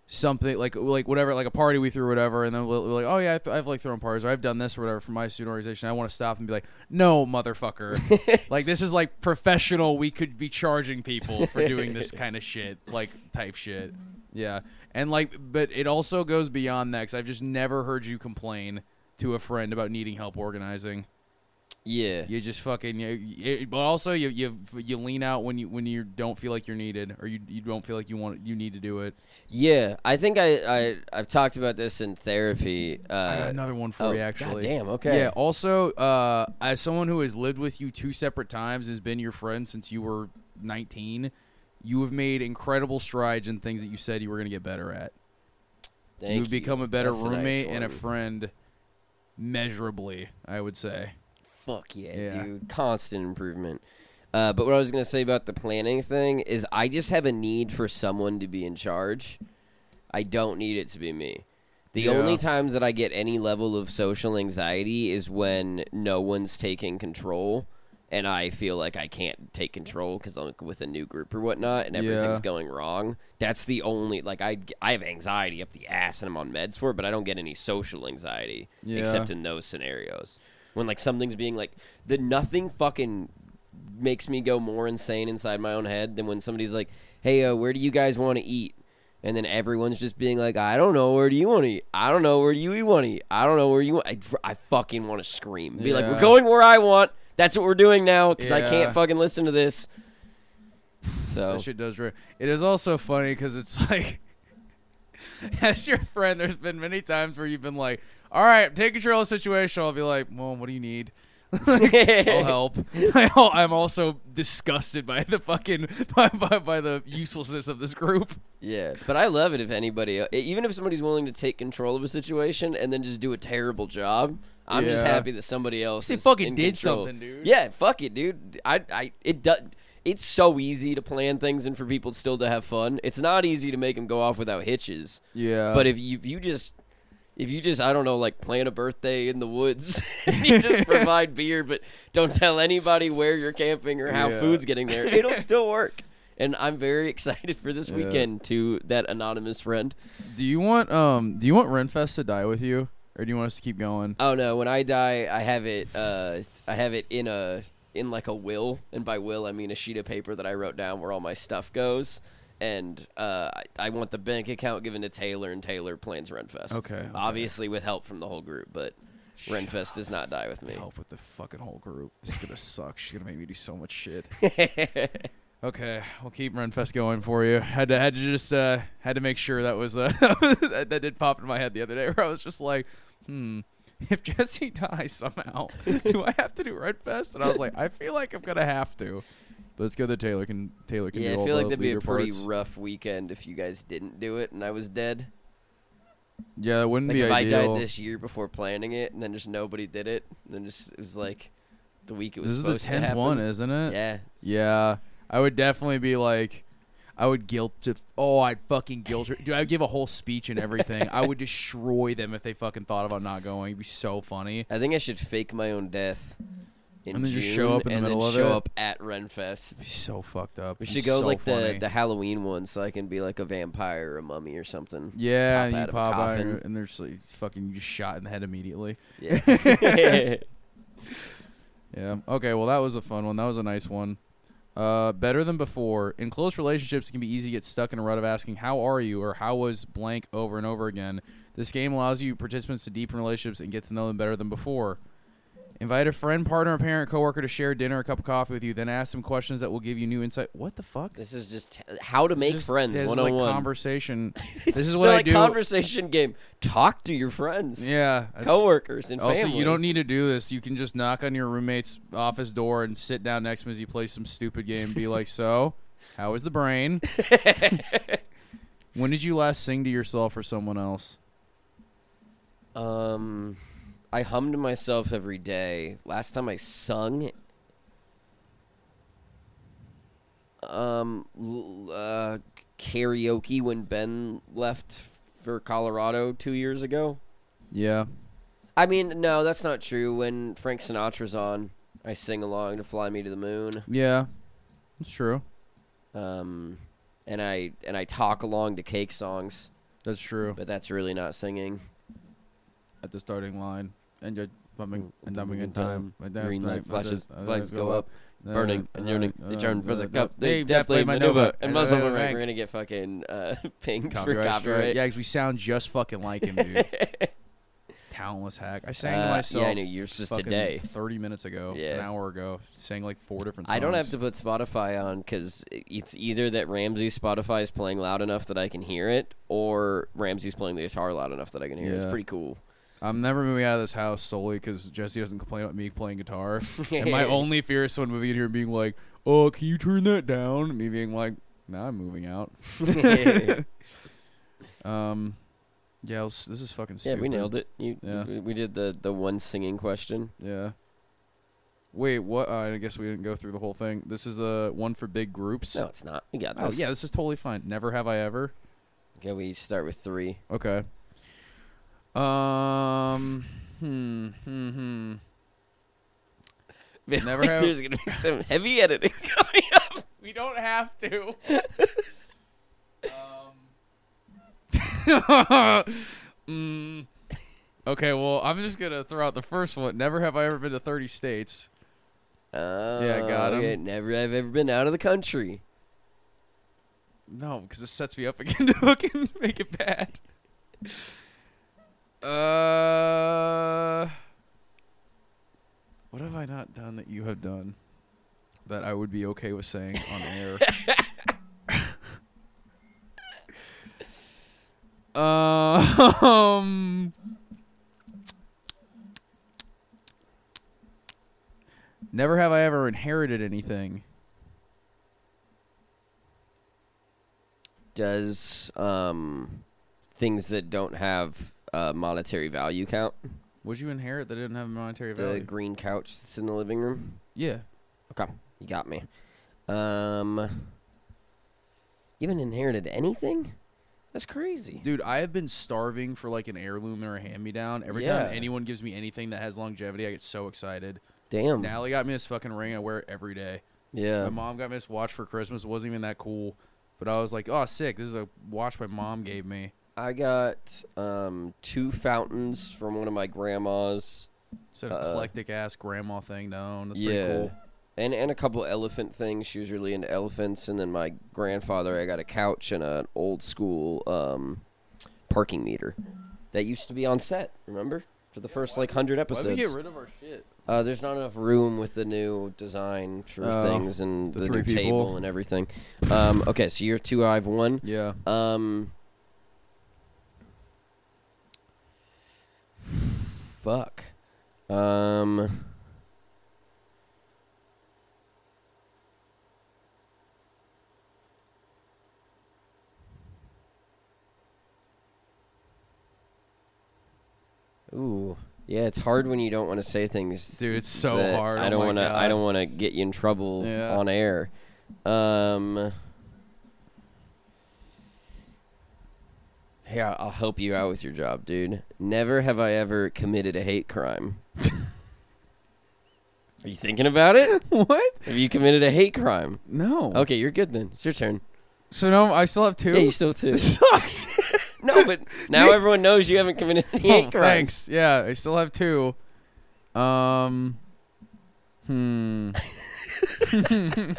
S1: something like like whatever like a party we threw or whatever and then we're we're like oh yeah I've, I've like thrown parties or I've done this or whatever for my student organization I want to stop and be like no
S2: <laughs>
S1: motherfucker like this is like professional we could be charging people for doing
S2: <laughs>
S1: this kind of shit like type shit yeah and like but it also goes beyond that because I've just never heard you complain to a friend about needing help organizing
S2: Yeah.
S1: you just fucking you, you- but also you you you lean out when you when you don't feel like you're needed or you you don't feel like you want you need to do it
S2: Yeah. I think I, I I've talked about this in therapy. Uh,
S1: I got another one for
S2: oh,
S1: you, actually.
S2: goddamn, okay.
S1: Yeah. Also, uh, as someone who has lived with you two separate times, has been your friend since you were 19, you have made incredible strides in things that you said you were going to get better at.
S2: thank
S1: You've become a better
S2: That's the nice
S1: roommate and a
S2: one.
S1: friend, measurably. I would say.
S2: Fuck yeah,
S1: Yeah.
S2: dude. Constant improvement. Uh, but what I was gonna say about the planning thing is, I just have a need for someone to be in charge. I don't need it to be me. The
S1: Yeah.
S2: only times that I get any level of social anxiety is when no one's taking control, and I feel like I can't take control because I'm with a new group or whatnot, and everything's
S1: Yeah.
S2: going wrong. That's the only like I I have anxiety up the ass, and I'm on meds for it, but I don't get any social anxiety
S1: Yeah.
S2: except in those scenarios when like something's being like the nothing fucking makes me go more insane inside my own head than when somebody's like hey uh, where do you guys want to eat and then everyone's just being like i don't know where do you want to eat i don't know where do you want to eat i don't know where you want i, I fucking want to scream be like
S1: Yeah.
S2: we're going where i want that's what we're doing now because i
S1: Yeah.
S2: can't fucking listen to this so
S1: That shit does. Ri- it is also funny because it's <laughs> like, as your friend, there's been many times where you've been like, "All right, take control of the situation." I'll be like, "Mom, what do you need?" <laughs> Like, <laughs>
S2: Oh,
S1: I'll help. I'll- I'm also disgusted by the fucking <laughs> by, by, by the uselessness of this group.
S2: Yeah, but I love it if anybody, e, even if somebody's willing to take control of a situation and then just do a terrible job. I'm just
S1: Yeah.
S2: happy that somebody else.
S1: They
S2: is
S1: fucking
S2: in
S1: did
S2: control.
S1: something, dude.
S2: Yeah, fuck it, dude. I, I, it does. It's so easy to plan things and for people still to have fun. It's not easy to make them go off without hitches.
S1: Yeah,
S2: But if you, if you just, if you just, I don't know, like plan a birthday in the woods, <laughs> and you
S1: <laughs>
S2: just provide beer, but don't tell anybody where you're camping or how
S1: Yeah.
S2: food's getting there, it'll still work. And I'm very <laughs> excited for this
S1: Yeah.
S2: weekend to that anonymous friend.
S1: do you want um do you want Renfest to die with you, or do you want us to keep going?
S2: Oh no, when I die, I have it. Uh, I have it in a in like a will, and by will I mean a sheet of paper that I wrote down where all my stuff goes. And uh, I- I want the bank account given to Taylor, and Taylor plans Renfest.
S1: Okay, okay.
S2: Obviously with help from the whole group, but Renfest does not die with me. <laughs>
S1: Help with the fucking whole group. This is gonna suck. She's gonna make me do so much shit. okay, we'll keep Renfest going for you. Had to had to just uh had to make sure that was uh <laughs> that, that did pop in my head the other day <laughs> where I was just like, hmm. If Jesse <laughs> dies somehow, do I have to do Renfest? And I was like, I feel like I'm gonna have to. Let's go. The Taylor can Taylor can.
S2: Yeah,
S1: do
S2: I
S1: all
S2: feel
S1: the
S2: like that'd be a
S1: leader
S2: pretty
S1: parts.
S2: rough weekend if you guys didn't do it and I was dead.
S1: yeah, that wouldn't
S2: Like
S1: be
S2: if
S1: ideal.
S2: I died this year before planning it, and then just nobody did it, and then just it was like the week it
S1: This
S2: was.
S1: is the
S2: supposed to
S1: tenth
S2: happen.
S1: one, isn't it?
S2: Yeah,
S1: Yeah, I would definitely be like, I would guilt to. Oh, I'd fucking guilt. Dude, I'd give a whole speech and everything. I would destroy them if they fucking thought about not going. It'd be so funny.
S2: I think I should fake my own death. In
S1: And then just
S2: June,
S1: show up in the
S2: and then
S1: middle of
S2: show
S1: it?
S2: up at
S1: It'd
S2: Renfest.
S1: be so fucked up.
S2: We
S1: It'd
S2: should
S1: be
S2: go
S1: so
S2: like the,
S1: funny.
S2: the Halloween one, so I can be like a vampire or a mummy or something.
S1: yeah,
S2: pop
S1: and
S2: out
S1: you
S2: of a
S1: pop out
S2: coffin.
S1: and, and there's like fucking you just shot in the head immediately. <laughs>
S2: Yeah. <laughs>
S1: Yeah. Okay. Well, that was a fun one. That was a nice one. Uh, better than before. In close relationships, it can be easy to get stuck in a rut of asking "How are you?" or "How was blank?" over and over again. This game allows you participants to deepen relationships and get to know them better than before. Invite a friend, partner, parent, coworker to share dinner, a cup of coffee with you. Then ask them questions that will give you new insight. What the fuck?
S2: this is just t- how to
S1: This
S2: make
S1: is-
S2: friends.
S1: This
S2: One
S1: is
S2: on
S1: like
S2: one. <laughs>
S1: conversation. this is what I
S2: like
S1: do.
S2: Conversation game. Talk to your friends,
S1: yeah. that's-
S2: coworkers, and
S1: Also,
S2: family.
S1: you don't need to do this. You can just knock on your roommate's office door and sit down next to him as he plays some stupid game and be like, So, how is the
S2: <laughs>
S1: brain? when did you last sing to yourself or someone else?
S2: Um, I hum to myself every day. Last time I sung, um, l- uh, karaoke when Ben left for Colorado two years ago.
S1: Yeah.
S2: I mean, no, that's not true. When Frank Sinatra's on, I sing along to "Fly Me to the Moon,"
S1: Yeah. That's true.
S2: um, and I and I talk along to cake songs,
S1: That's true.
S2: but that's really not singing.
S1: At the starting line. And you're bumping and
S2: Mm,
S1: dumping in
S2: mm,
S1: time.
S2: time. Green light flashes, flags go up,
S1: Uh,
S2: burning and yearning.
S1: uh,
S2: They turn for
S1: uh,
S2: the cup.
S1: they
S2: They definitely
S1: definitely
S2: maneuver
S1: maneuver
S2: and
S1: and
S2: muzzle
S1: they're
S2: the ring.
S1: ranked.
S2: We're gonna get fucking uh, <laughs> pinged
S1: Copyright.
S2: for
S1: strike.
S2: copyright.
S1: Yeah, because we sound just fucking like him, dude. Talentless hack. I sang
S2: Uh,
S1: to
S2: yeah, I
S1: myself.
S2: know, yours was
S1: fucking
S2: today.
S1: Thirty minutes ago. An
S2: Yeah.
S1: hour ago. Sang like four different. songs.
S2: I don't have to put Spotify on because it's either that Ramsey's Spotify is playing loud enough that I can hear it, or Ramsey's playing the guitar loud enough that I can hear it. It's
S1: Yeah.
S2: pretty cool.
S1: I'm never moving out of this house solely because Jesse doesn't complain about me playing
S2: <laughs>
S1: guitar. and my only fear is someone moving in here and being like, "Oh, can you turn that down?" And me being like, "Nah, I'm moving out."
S2: yeah,
S1: Um, yeah, let's- this is fucking. Stupid. <laughs>
S2: we nailed it. You,
S1: Yeah.
S2: we- we did the the one singing question.
S1: Yeah. Wait, what? Uh, I guess we didn't go through the whole thing. This is uh, one for big groups.
S2: No, it's not. We got
S1: Oh
S2: this.
S1: yeah, this is totally fine. Never have I ever.
S2: Okay, we start with three.
S1: Okay. Um. Hmm. Hmm. hmm. Never have-
S2: <laughs> There's gonna be some heavy editing <laughs> coming up.
S1: We don't have to. um. <laughs> mm. Okay, well, I'm just gonna throw out the first one. Never have I ever been to 30 states.
S2: Oh,
S1: Yeah, got 'em.
S2: okay, Never have ever been out of the country.
S1: No, because this sets me up again <laughs> to fucking make it bad. Uh, what have I not done that you have done that I would be okay with saying on air? Uh, um, never have I ever inherited anything.
S2: Does um things that don't have uh, monetary value count?
S1: Would you inherit that didn't have monetary
S2: The
S1: value?
S2: green couch that's in the living room.
S1: yeah.
S2: Okay, you got me. Um, you haven't inherited anything. That's crazy.
S1: Dude, I have been starving for like an heirloom or a hand me down. Every time
S2: Yeah.
S1: anyone gives me anything that has longevity, I get so excited.
S2: Damn.
S1: Natalie got me this fucking ring. I wear it every day.
S2: Um. yeah.
S1: My mom got me this watch for Christmas. It wasn't even that cool. But I was like, oh, sick. This is a watch my mom gave me.
S2: I got um two fountains from one of my grandmas.
S1: It's an
S2: Uh,
S1: eclectic ass grandma thing to own. That's
S2: yeah.
S1: pretty cool.
S2: And and a couple elephant things. She was really into elephants. And then my grandfather, I got a couch and an old school um parking meter that used to be on set. Remember for the first like hundred episodes.
S1: rid of our shit?
S2: Uh, there's not enough room with the new design for
S1: Oh,
S2: things and
S1: the
S2: the,
S1: three
S2: new
S1: people.
S2: table and everything. Um, okay, so you're two, I've one.
S1: Yeah.
S2: Um, fuck. Um, ooh, yeah, it's hard when you don't want to say things
S1: Dude, it's so
S2: that
S1: hard.
S2: I
S1: Oh
S2: don't
S1: my
S2: want to. I
S1: God.
S2: don't want to get you in trouble
S1: Yeah.
S2: on air. Um. Here, I'll help you out with your job, dude. Never have I ever committed a hate crime. Are you thinking about it?
S1: what?
S2: Have you committed a hate crime?
S1: No.
S2: Okay, you're good then. It's your turn.
S1: So no, I still have two.
S2: Yeah, you still <laughs> too.
S1: this <laughs> sucks.
S2: no, but now
S1: <laughs>
S2: everyone knows you haven't committed any hate
S1: Oh,
S2: crimes.
S1: thanks. Yeah, I still have two. Um. Hmm. <laughs>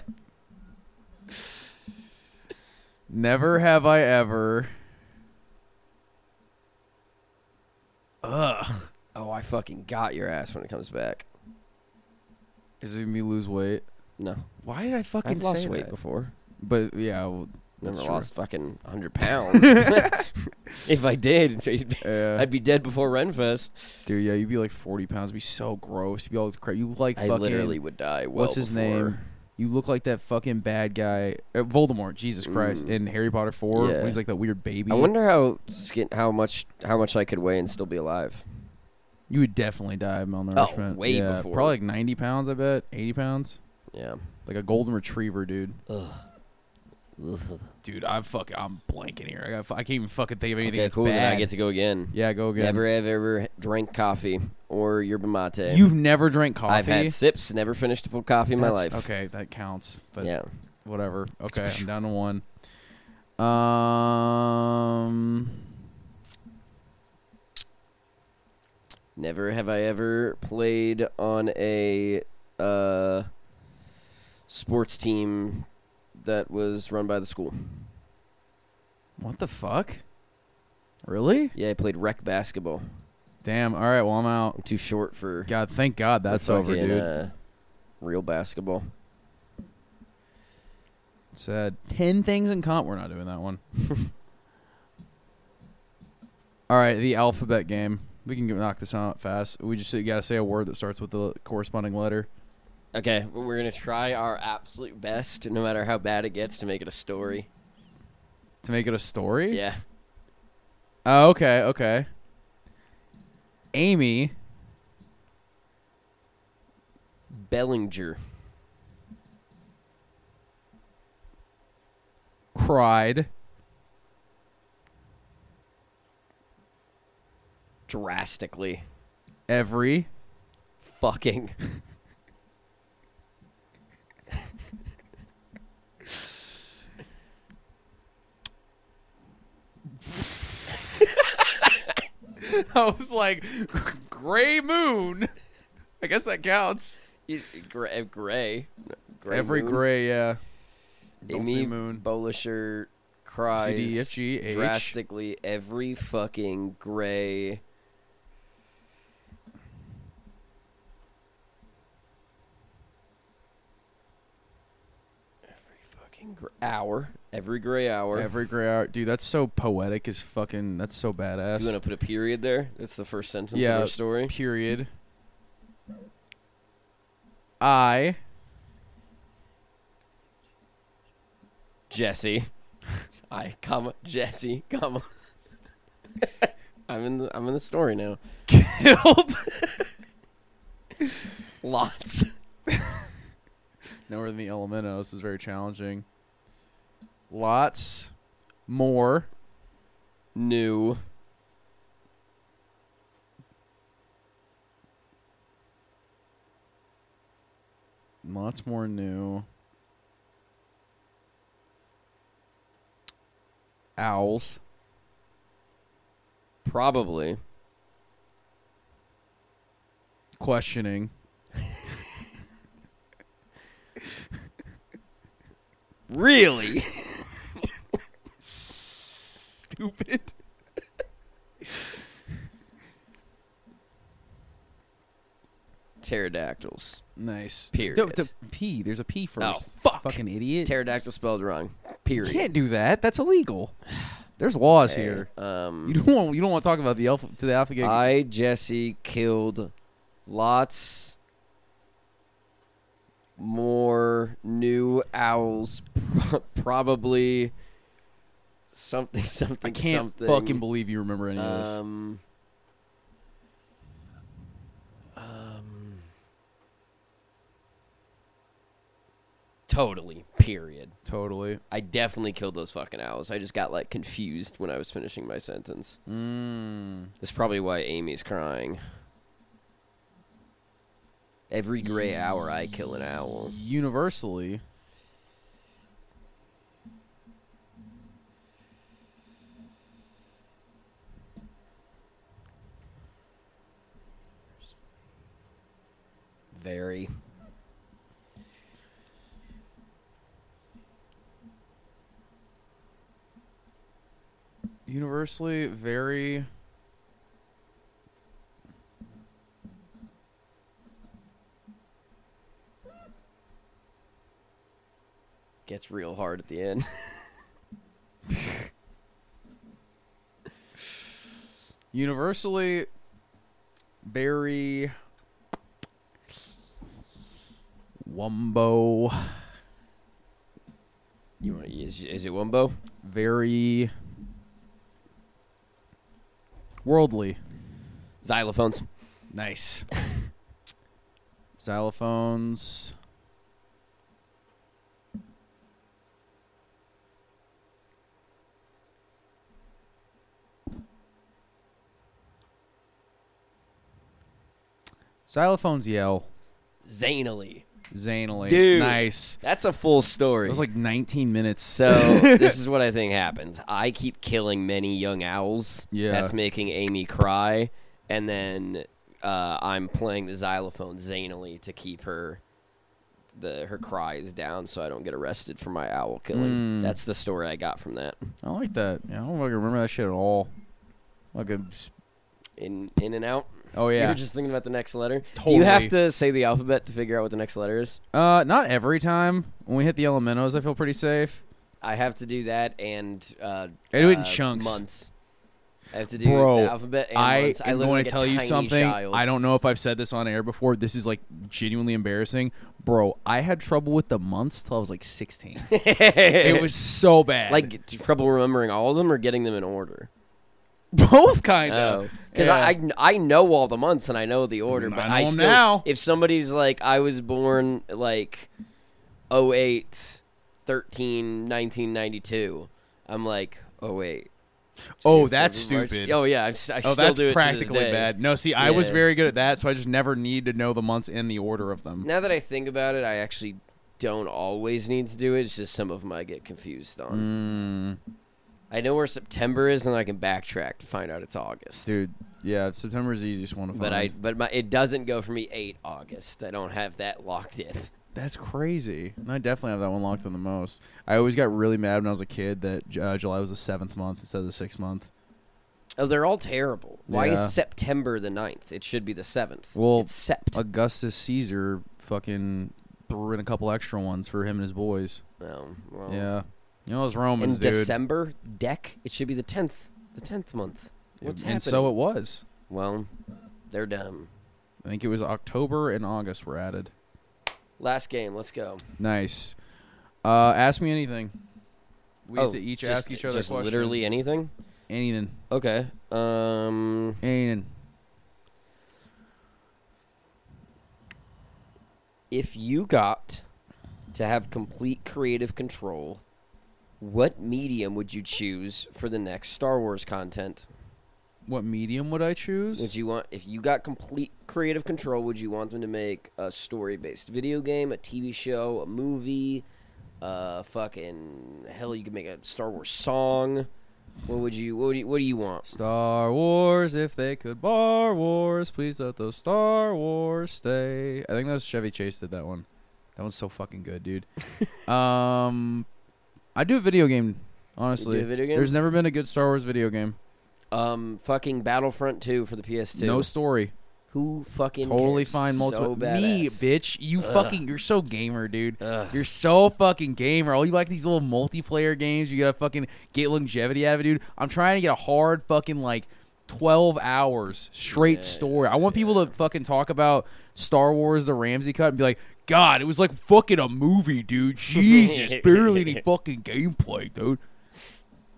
S1: Never have I ever. Ugh.
S2: Oh, I fucking got your ass when it comes back.
S1: Is it me lose weight?
S2: No,
S1: Why did I fucking
S2: I've lost
S1: say
S2: weight
S1: that?
S2: before.
S1: But yeah, well,
S2: Never
S1: That's true.
S2: lost fucking 100 <laughs> pounds. if I did, <laughs> I'd be-
S1: uh,
S2: I'd be dead before Renfest.
S1: dude, yeah, you'd be like forty pounds. It'd be so gross. You'd be all cra You like
S2: I
S1: fucking.
S2: literally would die. Well
S1: what's his name?
S2: before-
S1: You look like that fucking bad guy, uh, Voldemort. Jesus Christ!
S2: Mm.
S1: In Harry Potter four, when
S2: Yeah.
S1: he's like that weird baby.
S2: I wonder how skin, how much, how much I could weigh and still be alive.
S1: You would definitely die of malnourishment.
S2: Oh, way
S1: yeah,
S2: before.
S1: Probably like 90 pounds, I bet. 80 pounds.
S2: Yeah.
S1: Like a golden retriever, dude.
S2: Ugh.
S1: Dude, I fuck. I'm blanking here. I, got, I can't even fucking think of anything
S2: Okay,
S1: that's
S2: cool.
S1: bad.
S2: Then I get to go again.
S1: yeah, go again.
S2: Never have ever drank coffee or yerba mate.
S1: You've never drank coffee.
S2: I've had sips, never finished a full coffee in my
S1: That's-
S2: life.
S1: Okay, that counts. But
S2: Yeah.
S1: whatever. Okay,
S2: <laughs>
S1: I'm down to one. Um,
S2: Never have I ever played on a uh, sports team that was run by the school.
S1: what the fuck? Really?
S2: Yeah, I played rec basketball.
S1: Damn. All right. Well, I'm out.
S2: I'm too short for.
S1: God, thank God
S2: for
S1: that's over,
S2: fucking,
S1: dude.
S2: uh, real basketball.
S1: Said ten things in comp. We're not doing that <laughs> one. All right, the alphabet game. We can knock this out fast. We just got to say a word that starts with the corresponding letter.
S2: Okay, well, we're gonna try our absolute best, no matter how bad it gets, to make it a story.
S1: to make it a story.
S2: Yeah.
S1: Oh, okay, okay. Amy
S2: Bellinger.
S1: cried.
S2: drastically.
S1: Every
S2: Fucking.
S1: <laughs>
S2: <laughs>
S1: I was like, gray moon. I guess that counts.
S2: Gray. uh, Gray. gray
S1: Every
S2: moon.
S1: gray, yeah. Don't see
S2: Amy
S1: moon.
S2: Bolisher cries
S1: D, E F, G, H.
S2: drastically every fucking gray. Every fucking gr- hour. Every gray hour.
S1: Every gray hour, dude. That's so poetic. Is fucking. That's so badass.
S2: you want to put a period there? That's the first sentence
S1: Yeah.
S2: of our story.
S1: Period. Mm-hmm. I
S2: Jesse. <laughs> I comma Jesse comma. <laughs> I'm in the I'm in the story now.
S1: <laughs> killed.
S2: Lots.
S1: Nowhere than the Elementos is very challenging. Lots more.
S2: New.
S1: Lots more new. Owls.
S2: Probably.
S1: Questioning.
S2: Really?
S1: Stupid.
S2: Pterodactyls.
S1: Nice.
S2: Period.
S1: No, it's a P. There's a P first.
S2: fuck.
S1: Fucking idiot.
S2: Pterodactyl spelled wrong.
S1: you
S2: Period.
S1: can't do that. That's illegal. There's laws
S2: Okay,
S1: here. You
S2: Um
S1: don't want you don't want to talk about the alpha to the alpha gang.
S2: I Jesse killed lots more new owls <laughs> pro- probably something something
S1: I can't
S2: something
S1: fucking believe you remember any of this.
S2: um, um, totally. Period.
S1: Totally.
S2: I definitely killed those fucking owls. I just got like confused when I was finishing my sentence.
S1: Mm.
S2: That's probably why Amy's crying. Every gray hour, I kill an owl.
S1: Universally.
S2: Very.
S1: Universally very
S2: Gets real hard at the end. <laughs>
S1: universally very Wumbo
S2: you want? Is, is it Wumbo?
S1: very worldly.
S2: Xylophones.
S1: Nice. Xylophones. Xylophones yell
S2: Zanily.
S1: zanily.
S2: Dude.
S1: Nice.
S2: That's a full story.
S1: It was like 19 minutes. <laughs>
S2: So this is what I think happens. I keep killing many young owls.
S1: Yeah.
S2: That's making Amy cry, and then uh, I'm playing the xylophone zanily to keep her the her cries down, so I don't get arrested for my owl killing.
S1: Mm.
S2: That's the story I got from that.
S1: I like that. Yeah, I don't fucking remember that shit at all. Like a,
S2: In in and out.
S1: oh
S2: You
S1: yeah.
S2: were just thinking about the next letter. Do you have to say the alphabet to figure out what the next letter is?
S1: Uh, not every time. When we hit the elementos, I feel pretty safe.
S2: I have to do that and uh,
S1: I do it in
S2: uh,
S1: chunks.
S2: months. I have to do
S1: Bro,
S2: the alphabet and
S1: I,
S2: months.
S1: I
S2: live
S1: want
S2: like
S1: to
S2: a
S1: tell you
S2: tiny
S1: something.
S2: child.
S1: I don't know if I've said this on air before. This is like genuinely embarrassing, bro. I had trouble with the months till I was like
S2: <laughs>
S1: 16. it was so bad.
S2: like t- trouble remembering all of them or getting them in order.
S1: <laughs> both kind
S2: Oh,
S1: of.
S2: because I, I kn- I know all the months and I know the order,
S1: Mm,
S2: but
S1: I
S2: I,
S1: know 'em
S2: still
S1: now.
S2: if somebody's like I was born like 08, 13, 1992, I'm like oh wait.
S1: oh,
S2: January,
S1: that's
S2: February, March.
S1: stupid.
S2: Oh yeah, I've, si
S1: Oh,
S2: still
S1: that's
S2: do it to this
S1: practically
S2: day.
S1: bad. No, see, I was
S2: Yeah.
S1: very good at that, so I just never need to know the months in the order of
S2: <laughs>
S1: them.
S2: Now that I think about it, I actually don't always need to do it. It's just some of them I get confused on.
S1: Mm,
S2: I know where September is, and I can backtrack to find out it's August.
S1: dude, yeah, September's the easiest one to find.
S2: But I but my it doesn't go for me eight August. I don't have that locked in.
S1: That's crazy. And I definitely have that one locked in the most. I always got really mad when I was a kid that uh, July was the seventh month instead of the sixth month.
S2: Oh, they're all terrible. Why
S1: Yeah.
S2: is September the 9th? It should be the seventh.
S1: Well,
S2: it's sept.
S1: Augustus Caesar fucking threw in a couple extra ones for him and his boys.
S2: oh, well.
S1: Yeah. You know those
S2: In
S1: Romans, dude.
S2: December, deck. It should be the tenth. The tenth month. What's
S1: and
S2: happening?
S1: so it was.
S2: well, they're dumb.
S1: I think it was October and August were added.
S2: Last game. Let's go.
S1: Nice. Uh, ask me anything. We
S2: oh,
S1: have to each
S2: just-
S1: ask each other
S2: just
S1: a question.
S2: literally anything.
S1: anything.
S2: Okay. Um.
S1: Anything.
S2: if you got to have complete creative control, what medium would you choose for the next Star Wars content?
S1: What medium would I choose?
S2: Would you want if you got complete creative control, would you want them to make a story-based video game, a TV show, a movie, uh fucking hell, you could make a Star Wars song. What would you what do you, what do you want?
S1: Star Wars, if they could bar wars, please let those Star Wars stay. I think that was Chevy Chase did that one. That one's so fucking good,
S2: <laughs>
S1: dude. um, I do a video game. Honestly,
S2: a video game?
S1: there's never been a good Star Wars video game.
S2: Um fucking Battlefront 2 for the PS2.
S1: No story.
S2: Who fucking
S1: Totally
S2: cares?
S1: fine. Multiple.
S2: So badass.
S1: Me, bitch. You fucking. You're so gamer, dude.
S2: Ugh.
S1: You're so fucking gamer. All you like these little multiplayer games. You gotta fucking get longevity out of it, dude. I'm trying to get a hard fucking like 12 hours straight story. I want people to fucking talk about Star Wars the Ramsey cut and be like, God, it was like fucking a movie,
S2: <laughs>
S1: dude. Jesus, barely any fucking gameplay, dude.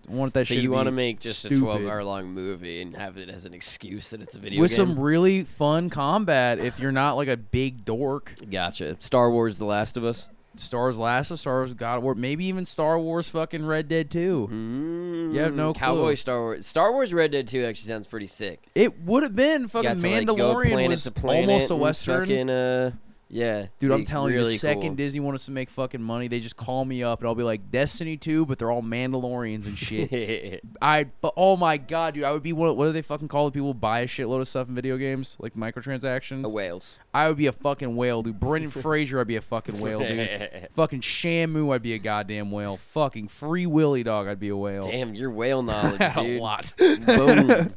S1: I want that
S2: So
S1: shit.
S2: you
S1: want
S2: want to make just a
S1: stupid.
S2: twelve-hour long movie and have it as an excuse that it's a video
S1: with
S2: game?
S1: some really fun combat if you're not like a big dork.
S2: gotcha. Star Wars: The Last of Us.
S1: Star Wars Last of Star Wars God of War, maybe even Star Wars fucking Red Dead 2.
S2: Mm,
S1: You have no clue.
S2: Cowboy Star Wars. Star Wars: Red Dead Two actually sounds pretty sick.
S1: It would have been
S2: You
S1: fucking
S2: got to, like, go
S1: Mandalorian
S2: planet
S1: was
S2: to planet
S1: almost a
S2: and
S1: western.
S2: Fucking, uh, yeah,
S1: Dude, I'm
S2: be
S1: telling
S2: really
S1: you, second
S2: cool.
S1: Disney wants us to make fucking money. They just call me up and I'll be like Destiny 2, but they're all Mandalorians and
S2: <laughs>
S1: shit. I but oh my god, dude, I would be one. Of, what do they fucking call the people who buy a shitload of stuff in video games like microtransactions?
S2: Uh, Whales.
S1: I would be a fucking whale, dude.
S2: <laughs>
S1: Brendan Fraser, I'd be a fucking <laughs> whale, dude. fucking Shamu, I'd be a goddamn whale. Fucking Free Willy dog, I'd be a whale.
S2: Damn, your whale knowledge,
S1: Had <laughs>
S2: dude.
S1: a lot. <laughs>
S2: Boom.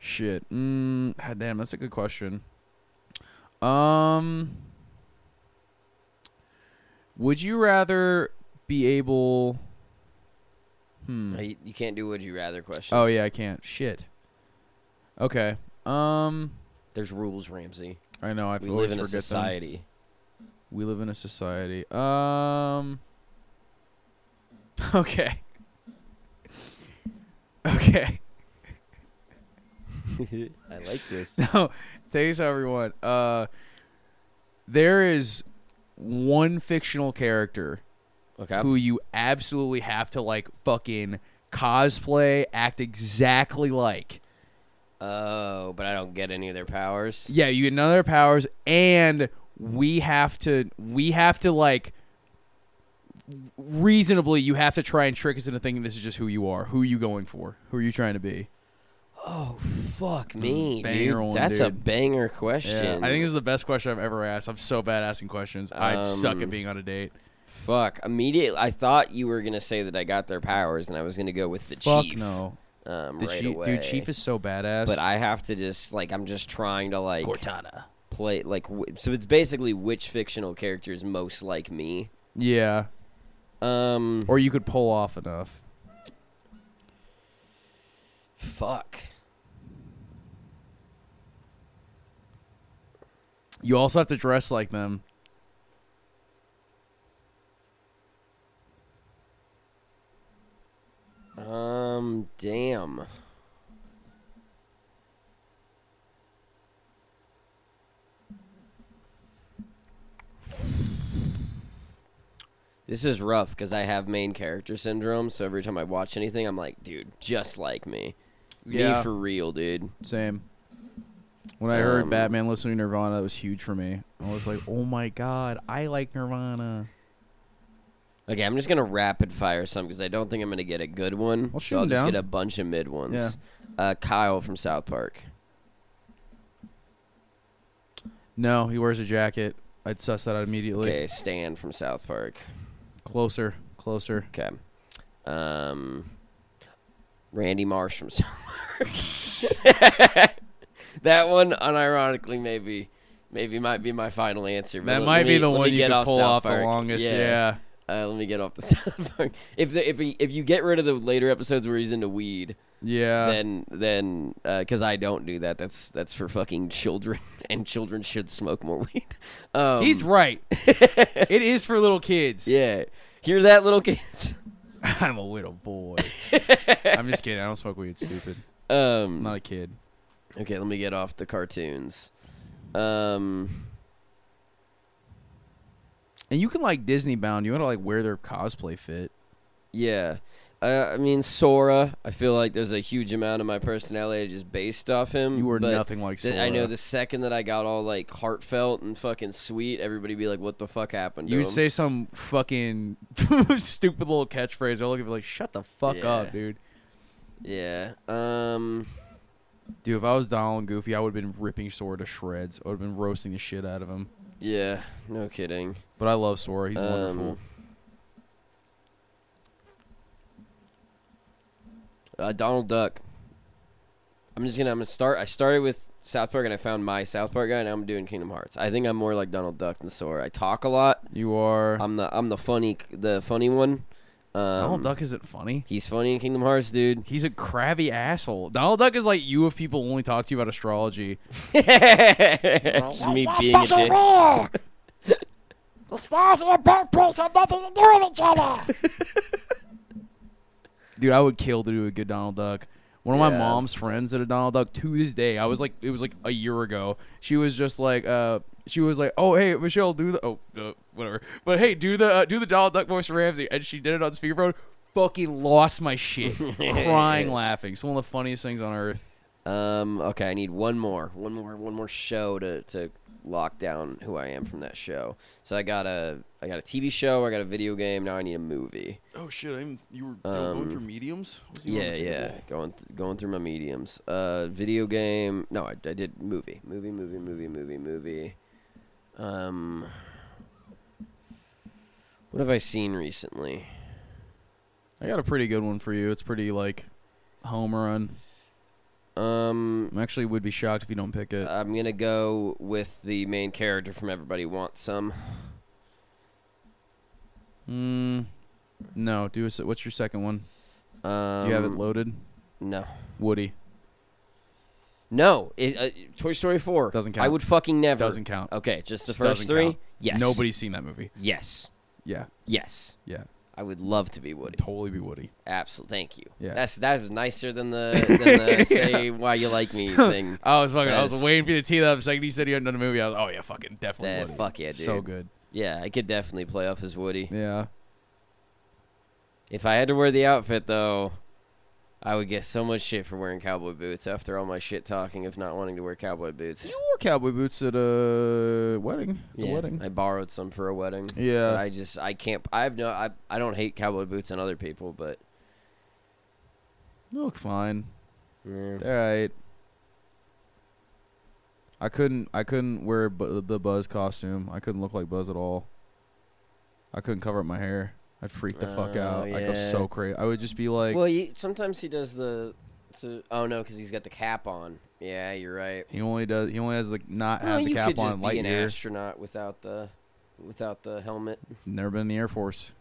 S1: Shit. Mm, ah, damn, that's a good question. Um, would you rather be able? Hmm.
S2: No, you, you can't do would you rather questions.
S1: Oh yeah, I can't. Shit. Okay. Um,
S2: there's rules, Ramsey.
S1: I know. I
S2: We
S1: always
S2: live in a
S1: forget them.
S2: society.
S1: We live in a society. Um. <laughs> Okay. Okay.
S2: I like this.
S1: <laughs> <laughs> No, thanks everyone. Uh, there is one fictional character
S2: Okay.
S1: who you absolutely have to like fucking cosplay, act exactly like.
S2: Oh, but I don't get any of their powers.
S1: Yeah, you get none of their powers, and we have to we have to like reasonably you have to try and trick us into thinking this is just who you are. Who are you going for? Who are you trying to be?
S2: Oh, fuck me,
S1: Banger
S2: dude.
S1: one,
S2: That's a
S1: dude.
S2: banger question.
S1: I think this is the best question I've ever asked. I'm so bad asking questions. I suck
S2: Um,
S1: at being on a date.
S2: Fuck! Immediately, I thought you were gonna say that I got their powers, and I was gonna go with the
S1: Fuck
S2: chief.
S1: no.
S2: um,
S1: The
S2: right
S1: chief,
S2: away.
S1: dude, Chief is so badass.
S2: But I have to just like I'm just trying to like
S1: Cortana.
S2: play like w- so. It's basically which fictional character is most like me.
S1: Yeah,
S2: Um,
S1: or you could pull off enough.
S2: fuck.
S1: You also have to dress like them.
S2: Um, damn. This is rough because I have main character syndrome, so every time I watch anything, I'm like, dude, just like me. Me
S1: Yeah.
S2: for real, dude.
S1: Same. When I heard
S2: Um,
S1: Batman listening to Nirvana, that was huge for me. I was like, "Oh my god, I like Nirvana."
S2: Okay, I'm just gonna rapid fire some because I don't think I'm gonna get a good one.
S1: I'll shoot
S2: so I'll
S1: 'em
S2: just
S1: down.
S2: get a bunch of mid ones.
S1: Yeah.
S2: Uh, Kyle from South Park.
S1: No, he wears a jacket. I'd suss that out immediately.
S2: Okay, Stan from South Park.
S1: Closer, closer.
S2: Okay. Um, Randy Marsh from South Park. <laughs> that one, unironically, maybe, maybe might be my final answer. but
S1: That
S2: let
S1: might
S2: me-
S1: be the
S2: let me
S1: one you
S2: get
S1: could
S2: off
S1: pull
S2: South
S1: off the
S2: Park.
S1: longest. Yeah.
S2: Uh, let me get off the <laughs> South Park. If the, if we, if you get rid of the later episodes where he's into weed,
S1: Yeah.
S2: then then because I don't do that. That's that's for fucking children, <laughs> and children should smoke more weed. <laughs> Um,
S1: He's
S2: <laughs>
S1: right. it is for little kids.
S2: yeah. Hear that, little kids?
S1: <laughs> I'm a little
S2: <laughs>
S1: boy. I'm just kidding. I don't smoke weed. It's stupid.
S2: Um,
S1: I'm not a kid.
S2: Okay, let me get off the cartoons. Um,
S1: And you can like Disney bound. You want to like wear their cosplay fit.
S2: yeah. Uh, I mean, Sora, I feel like there's a huge amount of my personality just based off him.
S1: You were
S2: but
S1: nothing like
S2: th-
S1: Sora.
S2: I know the second that I got all, like, heartfelt and fucking sweet, everybody be like, what the fuck happened to
S1: You would
S2: him?"
S1: say some fucking <laughs> stupid little catchphrase. I'll look at you like, shut the fuck
S2: Yeah.
S1: up, dude.
S2: Yeah. Um,
S1: Dude, if I was Donald and Goofy, I would have been ripping Sora to shreds. I would have been roasting the shit out of him.
S2: yeah, no kidding.
S1: But I love Sora. He's wonderful.
S2: Um, Uh, Donald Duck. I'm just gonna. I'm gonna start. I started with South Park, and I found my South Park guy. Now I'm doing Kingdom Hearts. I think I'm more like Donald Duck than Sora. I talk a lot.
S1: You are.
S2: I'm the. I'm the funny. The funny one. Um,
S1: Donald Duck isn't funny.
S2: He's funny in Kingdom
S1: <laughs>
S2: Hearts, dude.
S1: He's a crabby asshole. Donald Duck is like you if people only talk to you about astrology.
S2: It's me being a dick. <laughs>
S3: The stars and the purpose have nothing to do with each other.
S1: Dude, I would kill to do a good Donald Duck. One of my
S2: Yeah.
S1: mom's friends did a Donald Duck to this day. I was like, it was like a year ago. She was just like, uh, she was like, oh hey Michelle, do the oh uh, whatever, but hey do the uh, do the Donald Duck voice for Ramsey, and she did it on speakerphone. Fucking lost my
S2: <laughs>
S1: shit, crying, laughing. It's one of the funniest things on earth.
S2: Um. Okay, I need one more, one more, one more show to to lock down who I am from that show. So I got a I got a TV show, I got a video game. Now I need a movie.
S4: Oh shit! I didn't, you were
S2: Um,
S4: going through mediums. What's the
S2: yeah,
S4: other
S2: yeah.
S4: table?
S2: Going th- going through my mediums. Uh, video game. No, I, I did movie, movie, movie, movie, movie, movie. Um, what have I seen recently?
S1: I got a pretty good one for you. It's pretty like home run.
S2: Um,
S1: I actually would be shocked if you don't pick it.
S2: I'm gonna go with the main character from Everybody Wants Some.
S1: Mm, no, do a, se- what's your second one?
S2: Um,
S1: Do you have it loaded?
S2: No.
S1: Woody
S2: No, it, uh, Toy Story Four
S1: Doesn't
S2: I
S1: count.
S2: would fucking never.
S1: doesn't count.
S2: Okay, just the
S1: Just
S2: first
S1: doesn't
S2: three.
S1: count.
S2: Yes.
S1: Nobody's seen that movie.
S2: Yes.
S1: Yeah,
S2: Yes.
S1: yeah.
S2: I would love to be Woody.
S1: Totally be Woody.
S2: Absolutely. Thank you.
S1: Yeah.
S2: That's that was nicer than the, than
S1: <laughs>
S2: the <laughs> say why you like me thing.
S1: I was fucking. I was
S2: That's-
S1: waiting for you to tee that up. Second, he said he hadn't done a movie. I was, oh yeah, fucking definitely.
S2: Yeah,
S1: Woody.
S2: fuck yeah, dude.
S1: So good.
S2: Yeah, I could definitely play off as Woody.
S1: Yeah.
S2: If I had to wear the outfit though, I would get so much shit for wearing cowboy boots after all my shit talking of not wanting to wear cowboy boots.
S1: You wore cowboy boots at a wedding. The
S2: yeah,
S1: wedding.
S2: I borrowed some for a wedding.
S1: Yeah.
S2: But I just I can't I've no I I don't hate cowboy boots on other people, but
S1: They look fine.
S2: yeah.
S1: All right. I couldn't. I couldn't wear bu- the Buzz costume. I couldn't look like Buzz at all. I couldn't cover up my hair. I'd freak the fuck
S2: Oh,
S1: out. I'd go
S2: yeah.
S1: so crazy. I would just be like,
S2: Well, you, sometimes he does the, the oh no, because he's got the cap on. Yeah, you're right.
S1: he only does. He only has the not
S2: Well,
S1: have the
S2: you
S1: cap
S2: could just
S1: on. Light
S2: be an
S1: year.
S2: astronaut without the without the helmet, <laughs>
S1: Never been in the Air Force,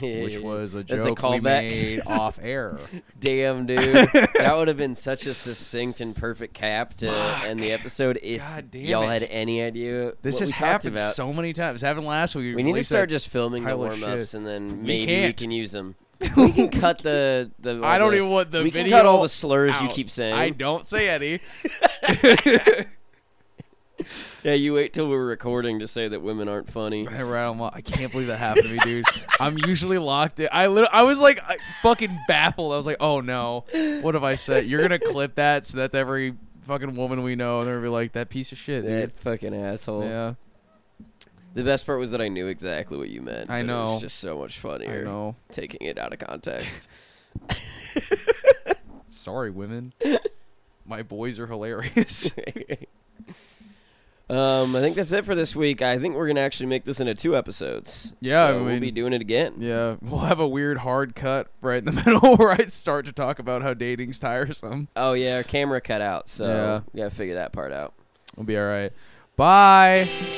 S1: which was a
S2: That's a
S1: joke we
S2: callback.
S1: made off air.
S2: <laughs> damn dude.
S1: <laughs>
S2: that would have been such a succinct and perfect cap to end the episode if
S1: God damn
S2: y'all had
S1: it.
S2: any idea.
S1: This
S2: what
S1: has
S2: we talked
S1: happened
S2: about.
S1: so many times. It happened last week.
S2: We need to
S1: released
S2: start
S1: that-
S2: just filming the
S1: pile of
S2: warm ups
S1: shit.
S2: and then maybe we
S1: can't.
S2: can
S1: <laughs>
S2: use them. we can cut the the. all
S1: I don't
S2: the-
S1: even want the
S2: We
S1: video.
S2: can cut all the slurs you
S1: out.
S2: keep saying.
S1: I don't say any. <laughs>
S2: Yeah, you wait till we're recording to say that women aren't funny.
S1: I ran him off. I can't believe that happened to me, dude. I'm usually locked in. I lit- I was like I- fucking baffled. I was like, oh no, what have I said? You're gonna clip that so that every fucking woman we know and they're gonna be like that piece of shit, dude.
S2: That fucking asshole.
S1: Yeah,
S2: The best part was that I knew exactly what you meant.
S1: I
S2: but It
S1: know.
S2: was just so much funnier
S1: I know.
S2: taking it out of context. <laughs>
S1: Sorry, women. My boys are hilarious. <laughs>
S2: um, I think that's it for this week. I think we're gonna actually make this into two episodes.
S1: Yeah,
S2: so
S1: I
S2: we'll
S1: mean-
S2: be doing it again.
S1: yeah, <laughs> we'll have a weird hard cut right in the <laughs> middle where I start to talk about how dating's tiresome.
S2: Oh yeah, our camera cut out, so
S1: Yeah.
S2: we gotta figure that part out.
S1: We'll be all right. Bye.